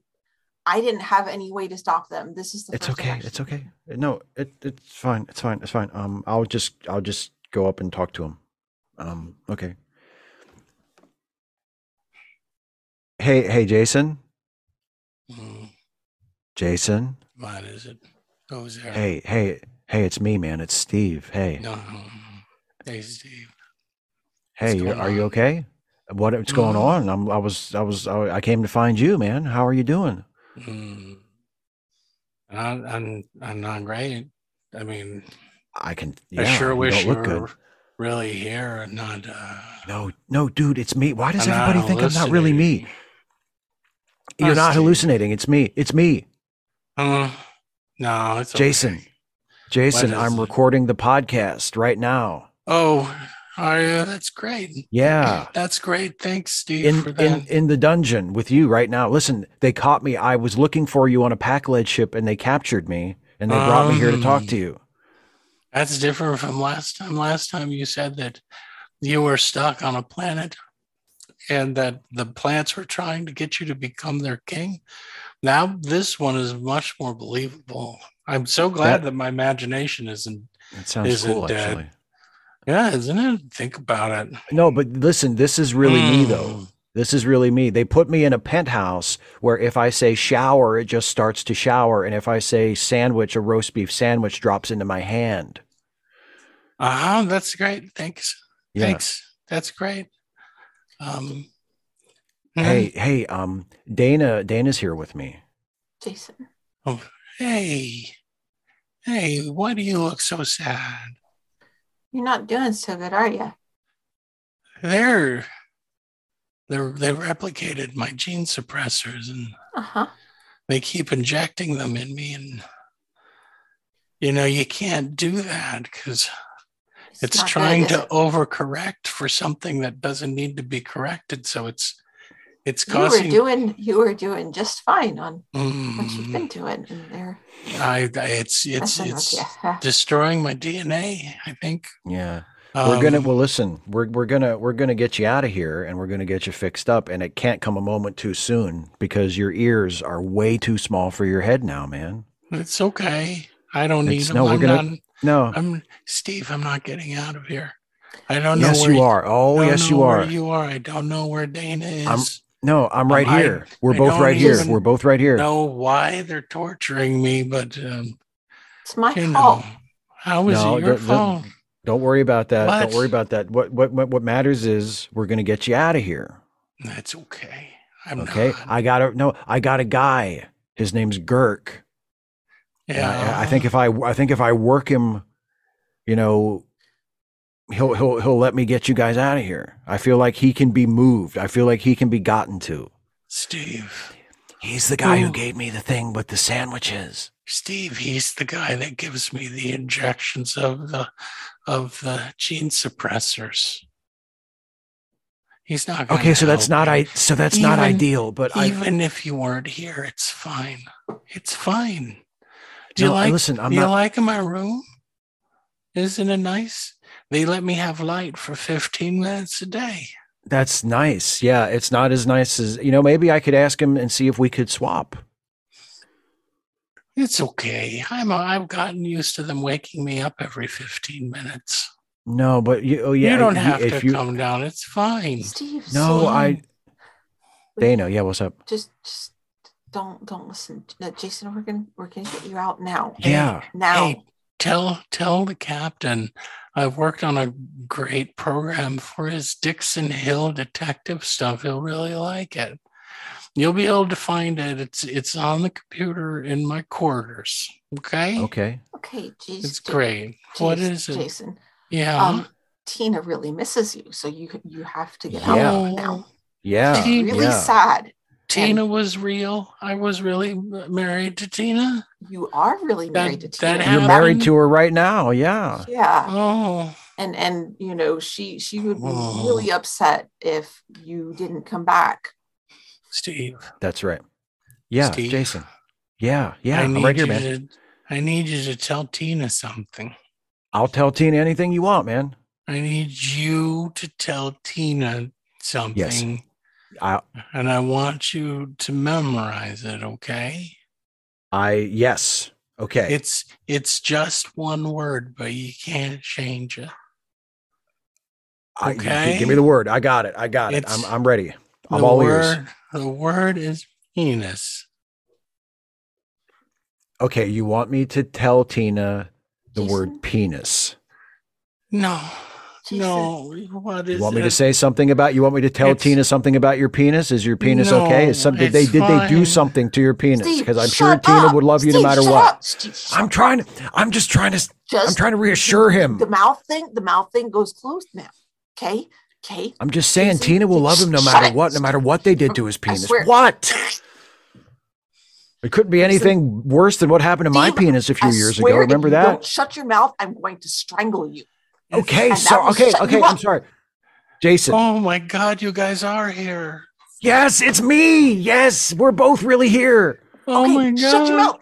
[SPEAKER 5] I, I didn't have any way to stop them. This is the
[SPEAKER 1] It's
[SPEAKER 5] first
[SPEAKER 1] okay.
[SPEAKER 5] I've
[SPEAKER 1] It's
[SPEAKER 5] actually-
[SPEAKER 1] okay. No, it it's fine. It's fine. It's fine. Um, I'll just I'll just go up and talk to him. Um, okay. Hey, hey, Jason.
[SPEAKER 6] Mm,
[SPEAKER 1] Jason.
[SPEAKER 6] what is it? Who's there?
[SPEAKER 1] Hey, hey, hey, it's me, man. It's Steve. Hey,
[SPEAKER 6] No. Hey, Steve.
[SPEAKER 1] hey,
[SPEAKER 6] what's
[SPEAKER 1] you
[SPEAKER 6] going
[SPEAKER 1] are you
[SPEAKER 6] on?
[SPEAKER 1] okay? What what's going
[SPEAKER 6] Mm.
[SPEAKER 1] on? I'm, I was I was I I came to find you, man. How are you doing?
[SPEAKER 6] Mm, I'm, I'm, I'm not great. I mean,
[SPEAKER 1] I can. Yeah,
[SPEAKER 6] I sure
[SPEAKER 1] you
[SPEAKER 6] wish
[SPEAKER 1] don't
[SPEAKER 6] you
[SPEAKER 1] look
[SPEAKER 6] were
[SPEAKER 1] good.
[SPEAKER 6] really here and not. Uh,
[SPEAKER 1] No, no, dude, it's me. Why does
[SPEAKER 6] I'm not
[SPEAKER 1] everybody think I'm not really me?
[SPEAKER 6] hallucinating.
[SPEAKER 1] You're not
[SPEAKER 6] Honestly.
[SPEAKER 1] hallucinating. It's me. It's me,
[SPEAKER 6] Uh, no, it's okay.
[SPEAKER 1] Jason. Jason,
[SPEAKER 6] is
[SPEAKER 1] I'm
[SPEAKER 6] it?
[SPEAKER 1] recording the podcast right now.
[SPEAKER 6] Oh, are you? That's great.
[SPEAKER 1] Yeah.
[SPEAKER 6] That's great. Thanks, Steve,
[SPEAKER 1] Ah. In
[SPEAKER 6] for that.
[SPEAKER 1] in in the dungeon with you right now. Listen, they caught me. I was looking for you on a pack lead ship and they captured me and they brought me here to talk to
[SPEAKER 6] Um,
[SPEAKER 1] you.
[SPEAKER 6] That's different from last time. Last time you said that you were stuck on a planet and that the plants were trying to get you to become their king. Now this one is much more believable. I'm so glad
[SPEAKER 1] That-
[SPEAKER 6] that, my imagination isn't
[SPEAKER 1] That sounds
[SPEAKER 6] isn't
[SPEAKER 1] cool
[SPEAKER 6] that-
[SPEAKER 1] actually.
[SPEAKER 6] yeah, isn't it? Think about it.
[SPEAKER 1] No, but listen, this is really me though.
[SPEAKER 6] Mm.
[SPEAKER 1] This is really me. They put me in a penthouse where if I say shower, it just starts to shower. And if I say sandwich, a roast beef sandwich drops into my hand.
[SPEAKER 6] Uh-huh, that's great. Thanks.
[SPEAKER 1] Yeah.
[SPEAKER 6] Thanks. That's great. Um Mm-hmm.
[SPEAKER 1] Hey, hey, um, Dana, Dana's here with me.
[SPEAKER 5] Jason.
[SPEAKER 6] hmm, hey. Hey, why do you look so sad?
[SPEAKER 5] You're not doing so good, are you?
[SPEAKER 6] they're they're they replicated my gene suppressors and
[SPEAKER 5] Uh-huh.
[SPEAKER 6] they keep injecting them in me and you know you can't do that because it's
[SPEAKER 5] not good,
[SPEAKER 6] trying
[SPEAKER 5] is
[SPEAKER 6] to
[SPEAKER 5] it?
[SPEAKER 6] overcorrect for something that doesn't need to be corrected so it's it's
[SPEAKER 5] you were
[SPEAKER 6] causing
[SPEAKER 5] doing you were doing just fine on what you've
[SPEAKER 6] Mm,
[SPEAKER 5] been doing in there.
[SPEAKER 6] I, I it's it's
[SPEAKER 5] messing with
[SPEAKER 6] it's
[SPEAKER 5] ya.
[SPEAKER 6] destroying my dna i think
[SPEAKER 1] Yeah. We're gonna
[SPEAKER 6] Um,
[SPEAKER 1] well listen, we're we're gonna we're gonna get you out of here and we're gonna get you fixed up and it can't come a moment too soon because your ears are way too small for your head now, man.
[SPEAKER 6] it's okay i don't need
[SPEAKER 1] It's-
[SPEAKER 6] them
[SPEAKER 1] no, we're
[SPEAKER 6] i'm
[SPEAKER 1] gonna-
[SPEAKER 6] not
[SPEAKER 1] No.
[SPEAKER 6] I'm Steve. I'm not getting out of here. I don't know
[SPEAKER 1] Yes
[SPEAKER 6] where
[SPEAKER 1] you are. Oh
[SPEAKER 6] don't
[SPEAKER 1] yes
[SPEAKER 6] know
[SPEAKER 1] you
[SPEAKER 6] where
[SPEAKER 1] are.
[SPEAKER 6] You are. I don't know where Dana is.
[SPEAKER 1] I'm No, I'm right
[SPEAKER 6] I-
[SPEAKER 1] here. We're
[SPEAKER 6] I
[SPEAKER 1] both
[SPEAKER 6] don't
[SPEAKER 1] right here.
[SPEAKER 6] even
[SPEAKER 1] We're both right here.
[SPEAKER 6] Know why they're torturing me, but um,
[SPEAKER 5] It's my
[SPEAKER 6] you know,
[SPEAKER 5] fault.
[SPEAKER 6] how is
[SPEAKER 1] No,
[SPEAKER 6] it your
[SPEAKER 1] don't- don't-
[SPEAKER 6] fault?
[SPEAKER 1] Don't worry about that.
[SPEAKER 6] What?
[SPEAKER 1] Don't worry about that. What what what, what matters is we're gonna get you out of here.
[SPEAKER 6] That's okay. I'm
[SPEAKER 1] Okay.
[SPEAKER 6] not.
[SPEAKER 1] I got a no. I got a guy. His name's Girk. And
[SPEAKER 6] yeah,
[SPEAKER 1] I, I think if I I think if I work him, you know, he'll he'll he'll let me get you guys out of here. I feel like he can be moved. I feel like he can be gotten to.
[SPEAKER 6] Steve.
[SPEAKER 1] He's the guy
[SPEAKER 6] Ooh.
[SPEAKER 1] who gave me the thing with the sandwiches.
[SPEAKER 6] Steve, he's the guy that gives me the injections of the of the gene suppressors. He's not gonna
[SPEAKER 1] Okay, so that's
[SPEAKER 6] help
[SPEAKER 1] not
[SPEAKER 6] me.
[SPEAKER 1] I. So that's not
[SPEAKER 6] Even-
[SPEAKER 1] ideal. But I
[SPEAKER 6] even if you weren't here, it's fine. It's fine. Do
[SPEAKER 1] No,
[SPEAKER 6] you like?
[SPEAKER 1] listen, I'm
[SPEAKER 6] do you
[SPEAKER 1] not-
[SPEAKER 6] like my room? Isn't it nice? They let me have light for fifteen minutes a day.
[SPEAKER 1] that's nice. Yeah, it's not as nice as you know. Maybe I could ask him and see if we could swap.
[SPEAKER 6] It's okay. I'm. I've gotten used to them waking me up every fifteen minutes.
[SPEAKER 1] No, but you. Oh yeah,
[SPEAKER 6] you don't
[SPEAKER 1] y-
[SPEAKER 6] have
[SPEAKER 1] if
[SPEAKER 6] to come down. It's fine.
[SPEAKER 5] Steve,
[SPEAKER 1] No, I.
[SPEAKER 5] Wait.
[SPEAKER 1] Dana, yeah, what's up?
[SPEAKER 5] just just don't don't listen. No, Jason, we're gonna we're gonna get you out now.
[SPEAKER 6] Hey,
[SPEAKER 1] Yeah.
[SPEAKER 5] Now
[SPEAKER 6] Hey, tell tell the captain I've worked on a great program for his Dixon Hill detective stuff. He'll really like it. You'll be able to find it. It's it's on the computer in my quarters. Okay.
[SPEAKER 1] Okay.
[SPEAKER 5] okay, geez,
[SPEAKER 6] It's
[SPEAKER 5] Ja-
[SPEAKER 6] great. what
[SPEAKER 5] geez,
[SPEAKER 6] is it? Uh-huh.
[SPEAKER 5] Jason?
[SPEAKER 6] Yeah.
[SPEAKER 5] Um Tina really misses you, so you you have to get
[SPEAKER 1] Yeah.
[SPEAKER 5] out
[SPEAKER 6] Oh.
[SPEAKER 5] now.
[SPEAKER 1] Yeah.
[SPEAKER 6] Tina-
[SPEAKER 5] Really
[SPEAKER 1] yeah.
[SPEAKER 5] sad.
[SPEAKER 6] Tina was real. I was really married to Tina.
[SPEAKER 5] You are really married
[SPEAKER 6] That-
[SPEAKER 5] to Tina.
[SPEAKER 6] that
[SPEAKER 1] You're
[SPEAKER 6] happened.
[SPEAKER 1] married to her right now. Yeah.
[SPEAKER 5] yeah.
[SPEAKER 6] Oh.
[SPEAKER 5] and and you know she she would be
[SPEAKER 6] Oh.
[SPEAKER 5] really upset if you didn't come back
[SPEAKER 6] Steve.
[SPEAKER 1] That's right. Yeah,
[SPEAKER 6] Steve.
[SPEAKER 1] Jason. Yeah, yeah.
[SPEAKER 6] I
[SPEAKER 1] I'm
[SPEAKER 6] need
[SPEAKER 1] right here,
[SPEAKER 6] you
[SPEAKER 1] man.
[SPEAKER 6] to I need you to tell Tina something.
[SPEAKER 1] I'll tell Tina anything you want, man.
[SPEAKER 6] I need you to tell Tina something.
[SPEAKER 1] I,
[SPEAKER 6] And I want you to memorize it, okay?
[SPEAKER 1] I, yes. Okay.
[SPEAKER 6] It's it's just one word, but you can't change it.
[SPEAKER 1] I- you gi-
[SPEAKER 6] okay.
[SPEAKER 1] give me the word. I got it. I got it. I'm,
[SPEAKER 6] It's-
[SPEAKER 1] I'm ready. I'm
[SPEAKER 6] the
[SPEAKER 1] all
[SPEAKER 6] word,
[SPEAKER 1] ears.
[SPEAKER 6] The word is penis.
[SPEAKER 1] Okay. You want me to tell Tina the
[SPEAKER 5] Jason?
[SPEAKER 1] word penis?
[SPEAKER 6] No. No. What is
[SPEAKER 1] You want me to
[SPEAKER 6] it?
[SPEAKER 1] say something about? You want me to tell
[SPEAKER 6] It's-
[SPEAKER 1] Tina something about your penis? Is your penis okay? Is
[SPEAKER 6] No,
[SPEAKER 1] something they
[SPEAKER 6] it's
[SPEAKER 1] did they
[SPEAKER 6] fine.
[SPEAKER 1] do something to your penis?
[SPEAKER 5] Steve,
[SPEAKER 1] Because I'm sure
[SPEAKER 5] shut
[SPEAKER 1] Tina
[SPEAKER 5] up.
[SPEAKER 1] would love you
[SPEAKER 5] Steve,
[SPEAKER 1] no matter
[SPEAKER 5] shut
[SPEAKER 1] what.
[SPEAKER 5] up. Steve, shut
[SPEAKER 1] I'm
[SPEAKER 5] up.
[SPEAKER 1] trying to. I'm just trying to. I'm
[SPEAKER 5] just
[SPEAKER 1] trying to reassure him.
[SPEAKER 5] the mouth thing the mouth thing goes closed now okay okay
[SPEAKER 1] I'm just saying,
[SPEAKER 5] Jason,
[SPEAKER 1] Tina will love him no
[SPEAKER 5] shut
[SPEAKER 1] matter
[SPEAKER 5] it.
[SPEAKER 1] what, no matter what they did to his
[SPEAKER 5] I
[SPEAKER 1] penis.
[SPEAKER 5] swear.
[SPEAKER 1] What? It couldn't be anything worse than what happened to my
[SPEAKER 5] Steve,
[SPEAKER 1] penis a few
[SPEAKER 5] I
[SPEAKER 1] years
[SPEAKER 5] swear
[SPEAKER 1] ago.
[SPEAKER 5] if
[SPEAKER 1] Remember
[SPEAKER 5] you don't
[SPEAKER 1] that?
[SPEAKER 5] shut your mouth i'm going to strangle you
[SPEAKER 1] Okay,
[SPEAKER 5] and that
[SPEAKER 1] so
[SPEAKER 5] will
[SPEAKER 1] okay,
[SPEAKER 5] shut
[SPEAKER 1] okay.
[SPEAKER 5] you
[SPEAKER 1] I'm
[SPEAKER 5] up.
[SPEAKER 1] sorry, Jason.
[SPEAKER 6] Oh my god, you guys are here.
[SPEAKER 1] Yes, it's me. Yes, we're both really here.
[SPEAKER 6] Oh
[SPEAKER 5] okay
[SPEAKER 6] my god.
[SPEAKER 5] shut your mouth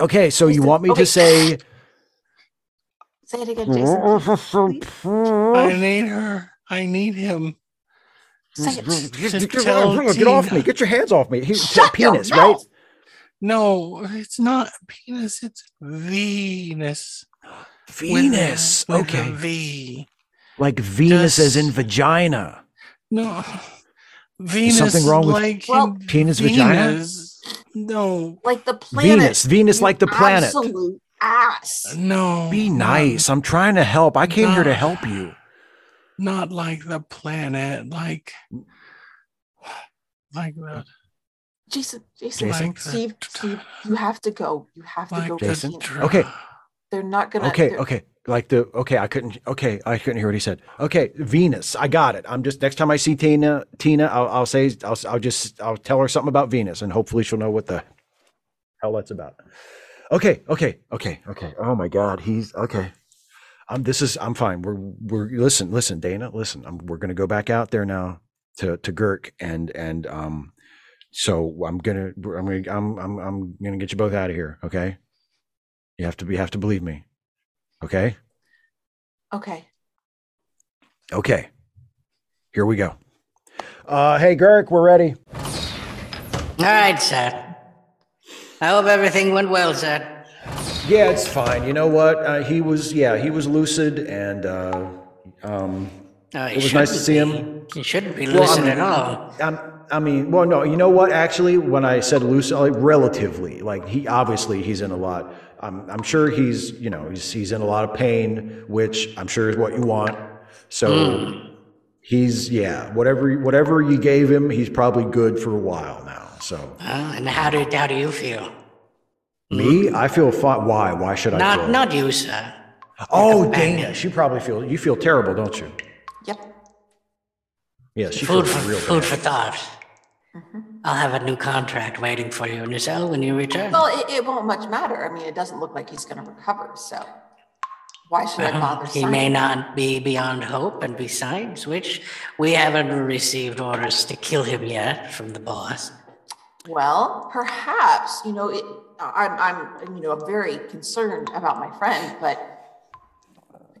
[SPEAKER 1] Okay, so you
[SPEAKER 5] Jason,
[SPEAKER 1] want me
[SPEAKER 5] okay.
[SPEAKER 1] to say?
[SPEAKER 5] say it again jason
[SPEAKER 1] Oh,
[SPEAKER 5] please.
[SPEAKER 6] I
[SPEAKER 1] Get
[SPEAKER 6] need her. I need him.
[SPEAKER 5] Say it.
[SPEAKER 1] off me! Get your hands off me! He-
[SPEAKER 5] Shut
[SPEAKER 1] penis,
[SPEAKER 5] your mouth.
[SPEAKER 1] right?
[SPEAKER 6] No, it's not penis, it's Venus. with a-
[SPEAKER 1] Venus.
[SPEAKER 6] with a
[SPEAKER 1] Okay,
[SPEAKER 6] V.
[SPEAKER 1] like Venus as in
[SPEAKER 6] Just-
[SPEAKER 1] vagina.
[SPEAKER 6] No. Venus
[SPEAKER 1] something wrong with
[SPEAKER 6] like
[SPEAKER 5] Well,
[SPEAKER 6] in
[SPEAKER 1] Penis, vagina.
[SPEAKER 6] Venus. No.
[SPEAKER 5] like the planet
[SPEAKER 1] Venus. Venus,
[SPEAKER 5] you
[SPEAKER 1] like the planet. Uh,
[SPEAKER 5] absolute ass
[SPEAKER 6] No.
[SPEAKER 1] Be
[SPEAKER 6] not-
[SPEAKER 1] nice. I'm trying to help. I came here to
[SPEAKER 6] Nah.
[SPEAKER 1] help you.
[SPEAKER 6] Not, like the planet, like like the
[SPEAKER 5] Jason, Jason,
[SPEAKER 1] Jason?
[SPEAKER 6] Like the-
[SPEAKER 5] Steve, Steve, you have to go. You have to
[SPEAKER 6] like
[SPEAKER 5] go.
[SPEAKER 6] the
[SPEAKER 1] Jason?
[SPEAKER 5] Christine.
[SPEAKER 6] dr-
[SPEAKER 1] Okay.
[SPEAKER 5] They're not gonna.
[SPEAKER 1] Okay,
[SPEAKER 5] they're-
[SPEAKER 1] okay. Like the okay, I couldn't okay, I couldn't hear what he said. Okay, Venus. I got it. I'm just next time I see Tina, Tina, I'll, I'll say I'll, I'll just I'll tell her something about Venus and hopefully she'll know what the hell that's about. Okay, okay, okay, okay. Oh my god, he's okay. Um this is I'm fine. We're we're listen, listen, Dana, listen. I'm, we're going to go back out there now to to Girk and and um so I'm gonna I'm gonna I'm I'm I'm gonna get you both out of here. Okay, you have to you have to believe me. Okay,
[SPEAKER 5] Okay.
[SPEAKER 1] okay. Here we go. Uh, hey Girk, we're ready.
[SPEAKER 2] All right, sir. I hope everything went well, sir.
[SPEAKER 1] Yeah, it's fine. You know what? Uh, he was yeah he was lucid and uh, um,
[SPEAKER 2] No,
[SPEAKER 1] It was nice to
[SPEAKER 2] shouldn't
[SPEAKER 1] see him.
[SPEAKER 2] be- He shouldn't be
[SPEAKER 1] Well, I
[SPEAKER 2] loosened
[SPEAKER 1] mean-
[SPEAKER 2] at all.
[SPEAKER 1] I'm, I mean, well, no, you know what? Actually, when I said loose, like relatively, like he obviously he's in a lot. I'm, I'm sure he's, you know, he's he's in a lot of pain, which I'm sure is what you want. So he's, yeah, whatever whatever you gave him, he's probably good for a while now. So
[SPEAKER 2] Huh? and how do how do you feel?
[SPEAKER 1] me, I feel fine. Why? Why should I?
[SPEAKER 2] Not
[SPEAKER 1] feel?
[SPEAKER 2] not you, sir.
[SPEAKER 1] oh, Dana, she probably feels. You feel terrible, don't you?
[SPEAKER 5] Yep.
[SPEAKER 1] Yeah, she
[SPEAKER 2] Food for
[SPEAKER 1] feels real.
[SPEAKER 2] food for thought. I'll have a new contract waiting for you in your cell when you return.
[SPEAKER 5] Well, it, it won't much matter. I mean, it doesn't look like he's going to recover. So why should I bother?
[SPEAKER 2] Uh-huh. He
[SPEAKER 5] signing?
[SPEAKER 2] may not be beyond hope, and besides which, we haven't received orders to kill him yet from the boss.
[SPEAKER 5] Well, perhaps you know. It, I'm, I'm, you know, I'm very concerned about my friend, but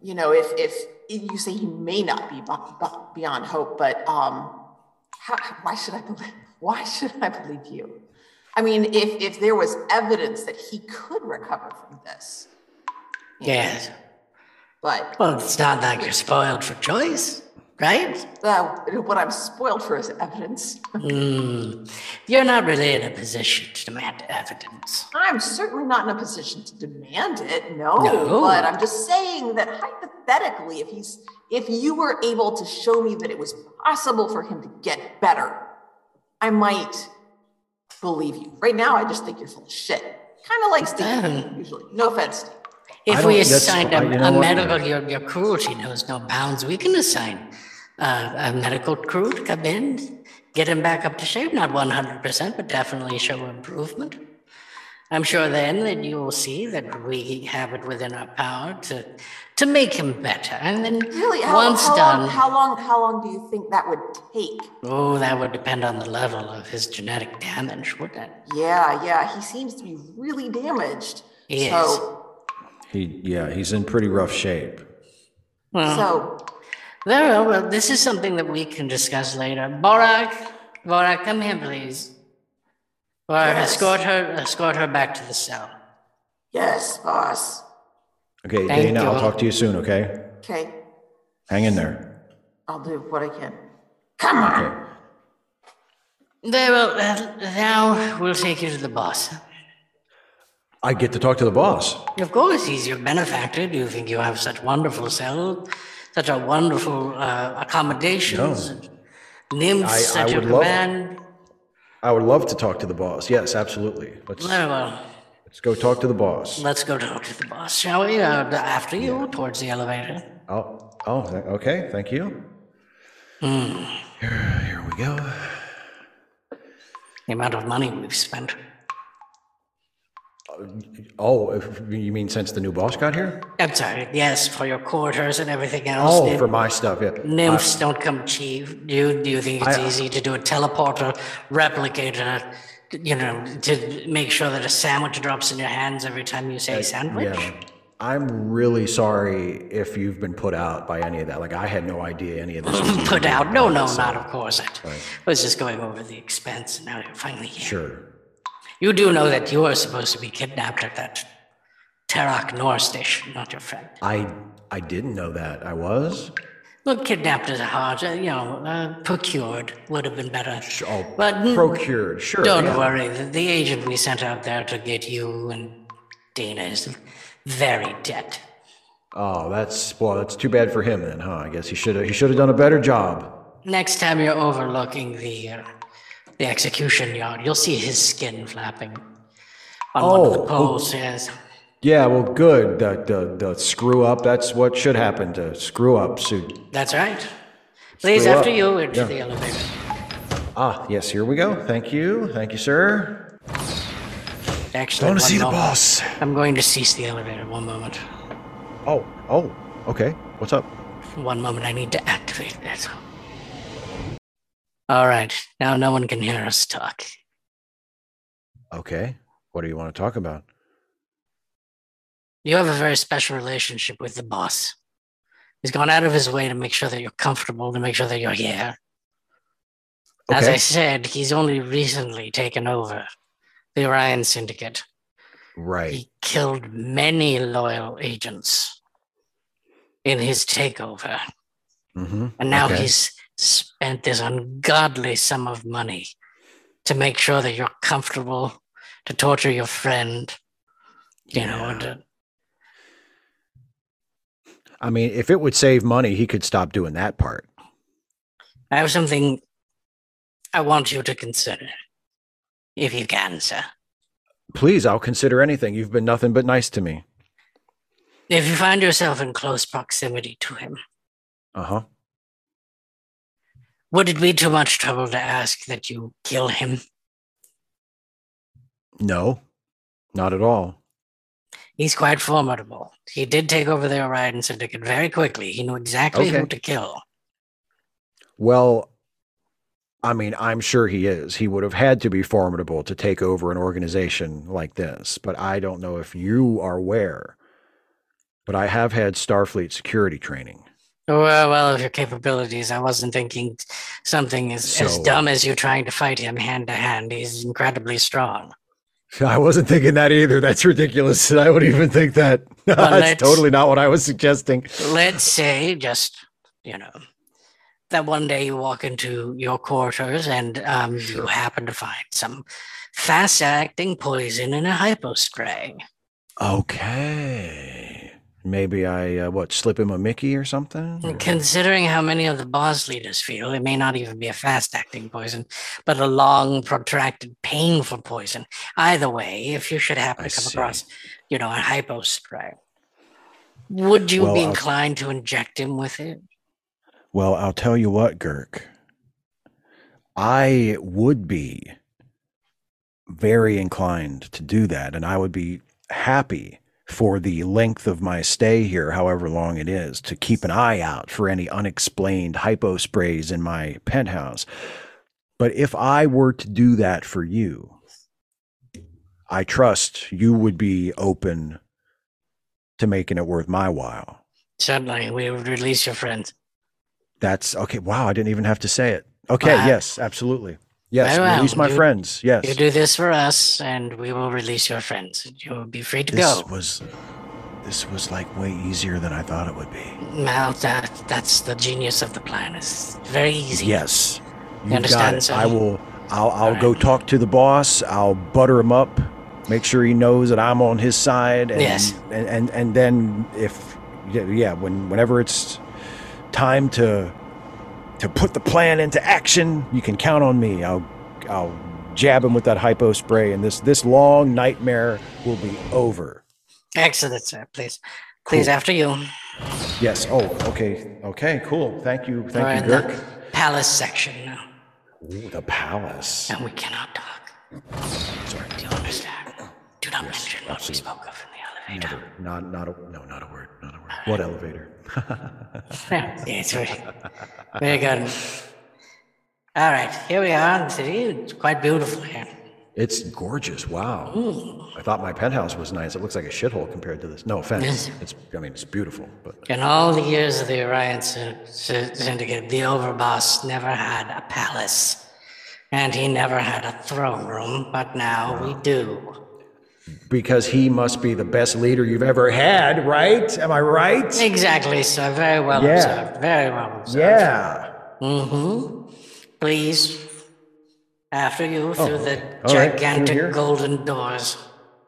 [SPEAKER 5] you know, if if you say he may not be bo- bo- beyond hope, but um, how, why should I believe? Why should I believe you? I mean, if if there was evidence that he could recover from this,
[SPEAKER 2] Yes.
[SPEAKER 5] but
[SPEAKER 2] Well, it's not like you're spoiled for choice, right?
[SPEAKER 5] uh, what I'm spoiled for is evidence.
[SPEAKER 2] Hmm. You're not really in a position to demand evidence.
[SPEAKER 5] I'm certainly not in a position to demand it, no,
[SPEAKER 2] No.
[SPEAKER 5] but I'm just saying that hypothetically, if he's if you were able to show me that it was possible for him to get better, I might believe you. Right now, I just think you're full of shit. Kind of like Steve,
[SPEAKER 2] Damn.
[SPEAKER 5] usually. No offense, Steve.
[SPEAKER 2] If
[SPEAKER 1] don't-
[SPEAKER 2] we
[SPEAKER 1] that's
[SPEAKER 2] assign a,
[SPEAKER 1] fine, you know
[SPEAKER 2] a
[SPEAKER 1] what?
[SPEAKER 2] medical, your, your cruelty knows no bounds. We can assign uh, a medical crew to come in, get him back up to shape, not 100%, but definitely show improvement. I'm sure then that you will see that we have it within our power to, to make him better. And then
[SPEAKER 5] Really, how,
[SPEAKER 2] once
[SPEAKER 5] how
[SPEAKER 2] done,
[SPEAKER 5] long, how long how long do you think that would take?
[SPEAKER 2] oh, that would depend on the level of his genetic damage, wouldn't it?
[SPEAKER 5] Yeah, yeah, he seems to be really damaged.
[SPEAKER 2] He is.
[SPEAKER 5] so,
[SPEAKER 1] He, yeah, he's in pretty rough shape.
[SPEAKER 2] Well,
[SPEAKER 5] so
[SPEAKER 2] Very well, well, this is something that we can discuss later. Borak, Borak, come here, please. Borak,
[SPEAKER 5] Yes.
[SPEAKER 2] escort her, escort her back to the cell.
[SPEAKER 5] yes, boss.
[SPEAKER 1] Okay,
[SPEAKER 2] Thank
[SPEAKER 1] Dana,
[SPEAKER 2] you.
[SPEAKER 1] I'll talk to you soon. Okay,
[SPEAKER 5] Okay,
[SPEAKER 1] hang in there.
[SPEAKER 5] I'll do what I can. Come on.
[SPEAKER 1] Okay.
[SPEAKER 2] Very well. Uh, now we'll take you to the boss.
[SPEAKER 1] I get to talk to the boss.
[SPEAKER 2] Of course, he's your benefactor. Do you think you have such wonderful cell, such a wonderful uh, accommodations, nymphs
[SPEAKER 1] I- I
[SPEAKER 2] at your
[SPEAKER 1] would love-
[SPEAKER 2] command?
[SPEAKER 1] I would love to talk to the boss. Yes, absolutely. Let's
[SPEAKER 2] Very well.
[SPEAKER 1] let's go talk to the boss.
[SPEAKER 2] Let's go talk to the boss, shall we? Uh, after you, towards the elevator.
[SPEAKER 1] Oh, oh, th- okay. Thank you.
[SPEAKER 2] Hmm.
[SPEAKER 1] Here, here we go.
[SPEAKER 2] The amount of money we've spent.
[SPEAKER 1] Oh, if, you mean since the new boss got here?
[SPEAKER 2] I'm sorry. Yes, for your quarters and everything else.
[SPEAKER 1] Oh,
[SPEAKER 2] Nym-
[SPEAKER 1] for my stuff. Yeah.
[SPEAKER 2] nymphs don't come cheap. Do you, do you think it's
[SPEAKER 1] I- uh,
[SPEAKER 2] easy to do a teleporter, replicate a, you know, to make sure that a sandwich drops in your hands every time you say sandwich?
[SPEAKER 1] Yeah. I'm really sorry if you've been put out by any of that. Like I had no idea any of this. was even
[SPEAKER 2] Put
[SPEAKER 1] being
[SPEAKER 2] out? No,
[SPEAKER 1] done,
[SPEAKER 2] no,
[SPEAKER 1] so-
[SPEAKER 2] not of course. I I was just going over the expense, and now you're finally here.
[SPEAKER 1] Sure.
[SPEAKER 2] You do know that you were supposed to be kidnapped at that Terok Nor station, not your friend.
[SPEAKER 1] I I didn't know that. I was.
[SPEAKER 2] Well, kidnapped is a hard, uh, you know, uh, procured would have been better.
[SPEAKER 1] Oh,
[SPEAKER 2] But mm,
[SPEAKER 1] procured. Sure.
[SPEAKER 2] Don't
[SPEAKER 1] yeah.
[SPEAKER 2] worry. The, the agent we sent out there to get you and Dana is very dead.
[SPEAKER 1] Oh, that's well. That's too bad for him then, huh? I guess he should have. He should have done a better job.
[SPEAKER 2] Next time you're overlooking the uh, the execution yard, you'll see his skin flapping on one of
[SPEAKER 1] Oh,
[SPEAKER 2] the
[SPEAKER 1] who-
[SPEAKER 2] poles. Yes.
[SPEAKER 1] Yeah, well, good. The the, the screw up. That's what should happen to screw ups. who-
[SPEAKER 2] That's right. Please,
[SPEAKER 1] Screw
[SPEAKER 2] after
[SPEAKER 1] up.
[SPEAKER 2] you, into
[SPEAKER 1] Yeah.
[SPEAKER 2] the elevator.
[SPEAKER 1] Ah, yes. Here we go. Thank you. Thank you, sir.
[SPEAKER 2] Actually, one moment.
[SPEAKER 1] boss.
[SPEAKER 2] I'm going to cease the elevator. One moment.
[SPEAKER 1] Oh, oh. Okay. What's up?
[SPEAKER 2] One moment. I need to activate that. All right. Now no one can hear us talk.
[SPEAKER 1] Okay. What do you want to talk about?
[SPEAKER 2] You have a very special relationship with the boss. He's gone out of his way to make sure that you're comfortable, to make sure that you're here. As I
[SPEAKER 1] Okay.
[SPEAKER 2] said, he's only recently taken over the Orion Syndicate.
[SPEAKER 1] Right.
[SPEAKER 2] He killed many loyal agents in his takeover.
[SPEAKER 1] Mm-hmm.
[SPEAKER 2] And now
[SPEAKER 1] Okay.
[SPEAKER 2] he's spent this ungodly sum of money to make sure that you're comfortable to torture your friend. You know, and, uh,
[SPEAKER 1] I mean, if it would save money, he could stop doing that part.
[SPEAKER 2] I have something I want you to consider, if you can, sir.
[SPEAKER 1] Please, I'll consider anything. You've been nothing but nice to me.
[SPEAKER 2] If you find yourself in close proximity to him,
[SPEAKER 1] Uh huh.
[SPEAKER 2] would it be too much trouble to ask that you kill him?
[SPEAKER 1] No, not at all.
[SPEAKER 2] He's quite formidable. He did take over the Orion Syndicate very quickly. He knew exactly who
[SPEAKER 1] Okay.
[SPEAKER 2] to kill.
[SPEAKER 1] Well, I mean, I'm sure he is. He would have had to be formidable to take over an organization like this, but I don't know if you are aware. But I have had Starfleet security training.
[SPEAKER 2] Well, well, of your capabilities, I wasn't thinking something as, as
[SPEAKER 1] So-
[SPEAKER 2] dumb as you trying to fight him hand to hand. He's incredibly strong.
[SPEAKER 1] I wasn't thinking that either. That's ridiculous. I would even think that.
[SPEAKER 2] let's-
[SPEAKER 1] That's totally not what I was suggesting.
[SPEAKER 2] Let's say, just, you know, that one day you walk into your quarters and um, you happen to find some fast acting poison in a hypo spray.
[SPEAKER 1] Okay. Maybe I, uh, what, slip him a Mickey or something?
[SPEAKER 2] And Considering how many of the boss leaders feel, it may not even be a fast acting poison, but a long, protracted, painful poison. Either way, if you should happen
[SPEAKER 1] I
[SPEAKER 2] to come
[SPEAKER 1] see.
[SPEAKER 2] across, you know, a hypo spray, would you
[SPEAKER 1] Well,
[SPEAKER 2] be
[SPEAKER 1] I'll-
[SPEAKER 2] inclined to inject him with it?
[SPEAKER 1] Well, I'll tell you what, Girk. I would be very inclined to do that, and I would be happy for the length of my stay here, however long it is, to keep an eye out for any unexplained hypo sprays in my penthouse. But if I were to do that for you, I trust you would be open to making it worth my while.
[SPEAKER 2] Certainly, we would release your friends.
[SPEAKER 1] That's okay. Wow, I didn't even have to say it. Okay,
[SPEAKER 2] Wow.
[SPEAKER 1] yes, absolutely. Yes,
[SPEAKER 2] Very well.
[SPEAKER 1] release my
[SPEAKER 2] You-
[SPEAKER 1] friends. Yes.
[SPEAKER 2] You do this for us, and we will release your friends. You'll be free to
[SPEAKER 1] this
[SPEAKER 2] go.
[SPEAKER 1] was this was like way easier than I thought it would be.
[SPEAKER 2] Now, that, that's the genius of the plan. It's very easy.
[SPEAKER 1] Yes. You got
[SPEAKER 2] understand,
[SPEAKER 1] it.
[SPEAKER 2] sir?
[SPEAKER 1] I will I'll I'll
[SPEAKER 2] All
[SPEAKER 1] go
[SPEAKER 2] right.
[SPEAKER 1] talk to the boss. I'll butter him up. Make sure he knows that I'm on his side and
[SPEAKER 2] Yes.
[SPEAKER 1] and, and and then if yeah, yeah, when whenever it's time to to put the plan into action, you can count on me. I'll I'll jab him with that hypo spray, and this this long nightmare will be over.
[SPEAKER 2] Excellent, sir. Please, please,
[SPEAKER 1] Cool.
[SPEAKER 2] after you.
[SPEAKER 1] Yes. Oh, okay. Okay. Cool. Thank you.
[SPEAKER 2] We're
[SPEAKER 1] Thank
[SPEAKER 2] in
[SPEAKER 1] you, Dirk.
[SPEAKER 2] the palace section now,
[SPEAKER 1] Ooh, the palace.
[SPEAKER 2] and we cannot talk. Do you understand? Do not mention what we spoke of in the elevator.
[SPEAKER 1] Never- Not not a, no not a word. Not a word. What elevator?
[SPEAKER 2] Yeah, it's very, very good. All right, here we are in the city. It's quite beautiful here.
[SPEAKER 1] It's gorgeous. Wow. I thought my penthouse was nice. It looks like a shithole compared to this. No offense.
[SPEAKER 2] Yes.
[SPEAKER 1] It's I mean it's beautiful, but
[SPEAKER 2] In all the years of the Orion Sy- Sy- Syndicate, the Overboss never had a palace, and he never had a throne room, but now we do.
[SPEAKER 1] because he must be the best leader you've ever had, right? Am I right?
[SPEAKER 2] Exactly, sir. Very well
[SPEAKER 1] Yeah.
[SPEAKER 2] observed. Very well observed.
[SPEAKER 1] Yeah.
[SPEAKER 2] Mm-hmm. Please, after you through the
[SPEAKER 1] Oh. All right, through
[SPEAKER 2] gigantic
[SPEAKER 1] here.
[SPEAKER 2] golden doors.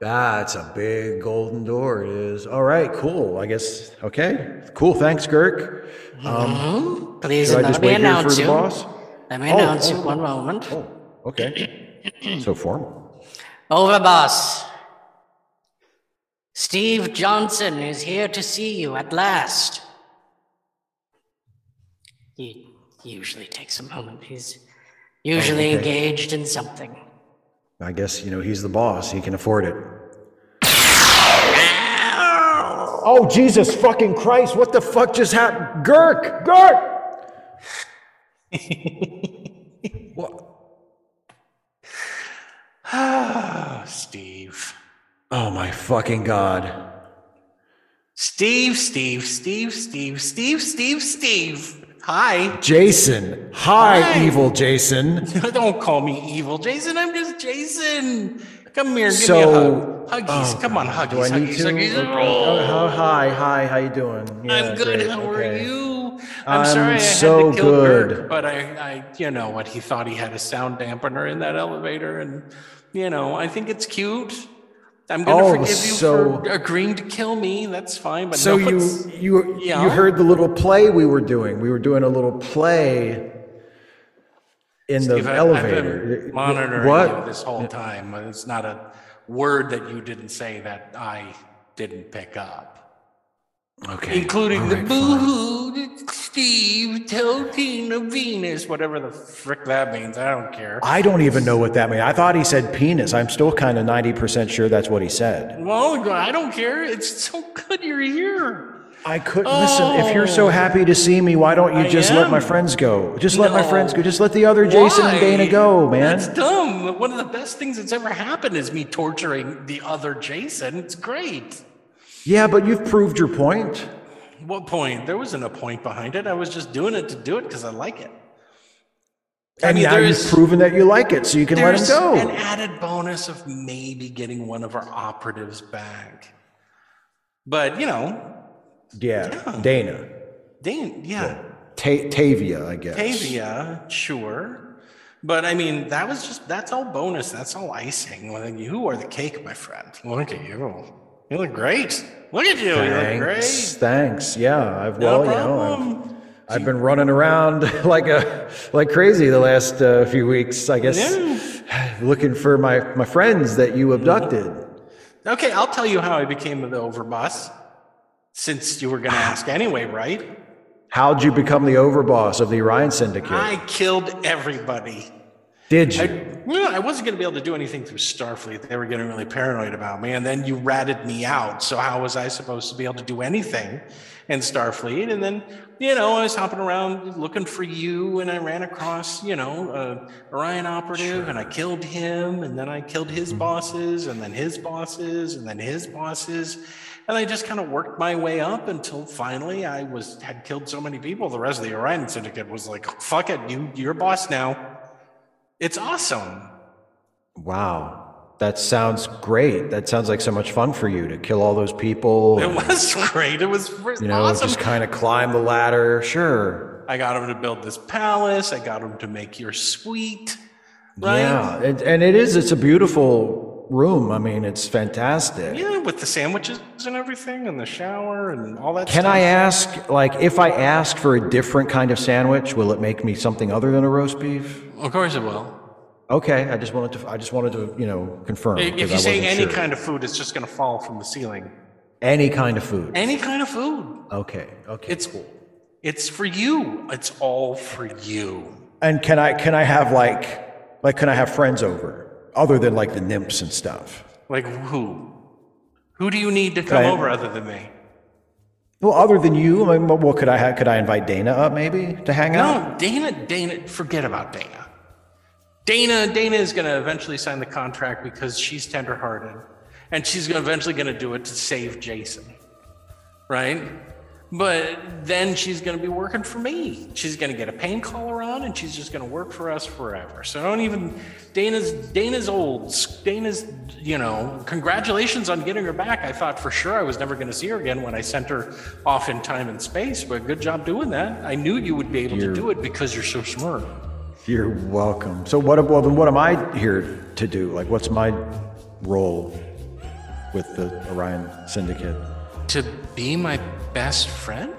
[SPEAKER 1] Ah, it's a big golden door. It is. All right, cool. I guess. Okay, cool. Thanks, Girk.
[SPEAKER 2] hmm Please,
[SPEAKER 1] Do I
[SPEAKER 2] and
[SPEAKER 1] just
[SPEAKER 2] let me
[SPEAKER 1] wait here for
[SPEAKER 2] announce
[SPEAKER 1] the
[SPEAKER 2] you.
[SPEAKER 1] boss?
[SPEAKER 2] Let me
[SPEAKER 1] Oh,
[SPEAKER 2] announce you
[SPEAKER 1] oh,
[SPEAKER 2] one moment.
[SPEAKER 1] Oh, okay. So formal.
[SPEAKER 2] Over, boss. Steve Johnson is here to see you at last. He usually takes a moment. He's usually
[SPEAKER 1] Oh, okay.
[SPEAKER 2] engaged in something.
[SPEAKER 1] I guess you know he's the boss. He can afford it. Oh Jesus fucking Christ! What the fuck just happened? Girk, Girk. what?
[SPEAKER 6] Ah, Steve.
[SPEAKER 1] Oh my fucking god!
[SPEAKER 6] Steve, Steve, Steve, Steve, Steve, Steve, Steve. Hi.
[SPEAKER 1] Jason, hi,
[SPEAKER 6] Hi.
[SPEAKER 1] evil Jason.
[SPEAKER 6] Don't call me evil, Jason. I'm just Jason. Come here, give
[SPEAKER 1] So-
[SPEAKER 6] me a hug. Huggies.
[SPEAKER 1] Oh,
[SPEAKER 6] Come on,
[SPEAKER 1] God,
[SPEAKER 6] huggies, huggies, huggies.
[SPEAKER 1] Oh, hi, hi, how you doing? Yeah,
[SPEAKER 6] I'm good.
[SPEAKER 1] great,
[SPEAKER 6] How
[SPEAKER 1] okay.
[SPEAKER 6] are you? I'm sorry, I
[SPEAKER 1] so
[SPEAKER 6] had to kill
[SPEAKER 1] good.
[SPEAKER 6] Dirk, but I, I, you know what? He thought he had a sound dampener in that elevator, and you know, I think it's cute. I'm gonna
[SPEAKER 1] Oh,
[SPEAKER 6] forgive you
[SPEAKER 1] so-
[SPEAKER 6] for agreeing to kill me. That's fine, but
[SPEAKER 1] So
[SPEAKER 6] no,
[SPEAKER 1] you
[SPEAKER 6] it's-
[SPEAKER 1] you
[SPEAKER 6] Yeah.
[SPEAKER 1] you heard the little play we were doing. We were doing a little play in
[SPEAKER 6] Steve,
[SPEAKER 1] the
[SPEAKER 6] I- I've
[SPEAKER 1] elevator.
[SPEAKER 6] been monitoring
[SPEAKER 1] What?
[SPEAKER 6] you this whole time. It's not a word that you didn't say that I didn't pick up,
[SPEAKER 1] Okay.
[SPEAKER 6] including
[SPEAKER 1] All
[SPEAKER 6] the
[SPEAKER 1] right, fine.
[SPEAKER 6] boohoo. that Steve, told Tina Venus, whatever the frick that means. I don't care.
[SPEAKER 1] I don't even know what that means. I thought he said penis. I'm still kind of 90% sure that's what he said.
[SPEAKER 6] Well, I don't care. It's so good you're here.
[SPEAKER 1] I couldn't listen. If you're so
[SPEAKER 6] Oh.
[SPEAKER 1] happy to see me, why don't you
[SPEAKER 6] I
[SPEAKER 1] just let my
[SPEAKER 6] am.
[SPEAKER 1] friends go? Just let my
[SPEAKER 6] No.
[SPEAKER 1] friends go. Just let the other Jason and Dana
[SPEAKER 6] Why?
[SPEAKER 1] go, man.
[SPEAKER 6] That's dumb. One of the best things that's ever happened is me torturing the other Jason. It's great.
[SPEAKER 1] Yeah, but you've proved your point.
[SPEAKER 6] What point? There wasn't a point behind it. I was just doing it to do it because I like it. I
[SPEAKER 1] And
[SPEAKER 6] mean,
[SPEAKER 1] now
[SPEAKER 6] there
[SPEAKER 1] you've
[SPEAKER 6] is-
[SPEAKER 1] proven that you like it, so you can let him
[SPEAKER 6] There's
[SPEAKER 1] go.
[SPEAKER 6] an added bonus of maybe getting one of our operatives back. But, you know,
[SPEAKER 1] yeah,
[SPEAKER 6] Yeah.
[SPEAKER 1] Dana.
[SPEAKER 6] Dane, yeah.
[SPEAKER 1] Ta- Tavia, I guess.
[SPEAKER 6] Tavia, sure. But I mean, that was just, that's all bonus. That's all icing. Like, you are the cake, my friend. Look at you. You look great. Look at Oh, you. You look
[SPEAKER 1] Thanks.
[SPEAKER 6] great.
[SPEAKER 1] Thanks. Yeah. I've well,
[SPEAKER 6] No
[SPEAKER 1] you know, I've-
[SPEAKER 6] problem.
[SPEAKER 1] I've been running around like a like crazy the last uh, few weeks. I guess looking for my my friends that you abducted.
[SPEAKER 6] Okay, I'll tell you how I became the overboss since you were going to ask anyway, right?
[SPEAKER 1] How'd you become the overboss of the Orion Syndicate?
[SPEAKER 6] I killed everybody.
[SPEAKER 1] Did you?
[SPEAKER 6] I, well, I wasn't going to be able to do anything through Starfleet. They were getting really paranoid about me. And then you ratted me out. So, how was I supposed to be able to do anything in Starfleet? And then, you know, I was hopping around looking for you, and I ran across, you know, uh, Orion operative, and I killed him. And then I killed his bosses, and then his bosses, and then his bosses. And I just kind of worked my way up until finally I was had killed so many people. The rest of the Orion Syndicate was like, "Fuck it, you, you're boss now." It's awesome.
[SPEAKER 1] wow. That sounds great. That sounds like so much fun for you to kill all those people.
[SPEAKER 6] It
[SPEAKER 1] and,
[SPEAKER 6] was great. It was fr-
[SPEAKER 1] you know,
[SPEAKER 6] awesome.
[SPEAKER 1] just kind of climb the ladder. Sure.
[SPEAKER 6] I got him to build this palace. I got him to make your suite. Right?
[SPEAKER 1] Yeah. And, and it is. It's a beautiful room. I mean, it's fantastic.
[SPEAKER 6] Yeah, with the sandwiches and everything, and the shower and all that.
[SPEAKER 1] Can
[SPEAKER 6] stuff.
[SPEAKER 1] I ask, like, if I ask for a different kind of sandwich, will it make me something other than a roast beef?
[SPEAKER 6] Of course, it will.
[SPEAKER 1] Okay, I just wanted to, I just wanted to, you know, confirm. 'cause
[SPEAKER 6] If you
[SPEAKER 1] I
[SPEAKER 6] say
[SPEAKER 1] wasn't
[SPEAKER 6] any
[SPEAKER 1] sure.
[SPEAKER 6] kind of food, it's just going to fall from the ceiling.
[SPEAKER 1] any kind of food.
[SPEAKER 6] Any kind of food.
[SPEAKER 1] Okay, okay.
[SPEAKER 6] It's cool. It's for you. It's all for you.
[SPEAKER 1] and can I, can I have like, like, can I have friends over other than like the nymphs and stuff?
[SPEAKER 6] Like who? Who do you need to come
[SPEAKER 1] Right.
[SPEAKER 6] over other than me?
[SPEAKER 1] Well, other than you, I mean, well, could I, ha- could I invite Dana up maybe to hang out?
[SPEAKER 6] No, Dana, Dana, forget about Dana. Dana, Dana is going to eventually sign the contract because she's tenderhearted, and she's gonna eventually going to do it to save Jason, right? But then she's going to be working for me. She's going to get a pain collar on, and she's just going to work for us forever. So don't even Dana's Dana's old. Dana's you know. Congratulations on getting her back. I thought for sure I was never going to see her again when I sent her off in time and space. But good job doing that. I knew you would be able
[SPEAKER 1] You're-
[SPEAKER 6] to do it because you're so smart.
[SPEAKER 1] You're welcome. So what? Well, then what am I here to do? Like, what's my role with the Orion Syndicate?
[SPEAKER 6] To be my best friend.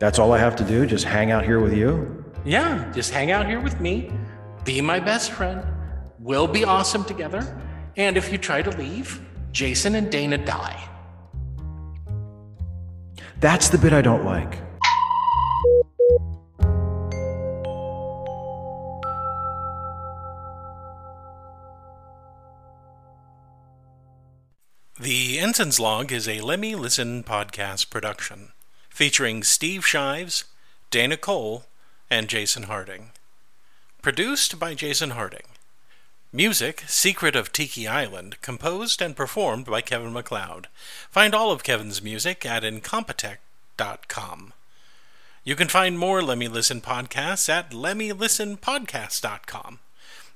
[SPEAKER 1] That's all I have to do? Just hang out here with you?
[SPEAKER 6] Yeah, just hang out here with me, be my best friend. We'll be awesome together. And if you try to leave, Jason and Dana die.
[SPEAKER 1] That's the bit I don't like.
[SPEAKER 7] The Ensign's Log is a Lemmy Listen podcast production featuring Steve Shives, Dana Cole, and Jason Harding. Produced by Jason Harding. Music, Secret of Tiki Island, composed and performed by Kevin McLeod. Find all of Kevin's music at incompetech.com. You can find more Lemmy Listen podcasts at lemmylistenpodcast.com.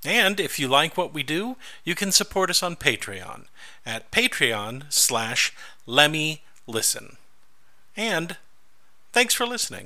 [SPEAKER 7] And if you like what we do, you can support us on Patreon at patreon slash lemmylisten. And Thanks for listening.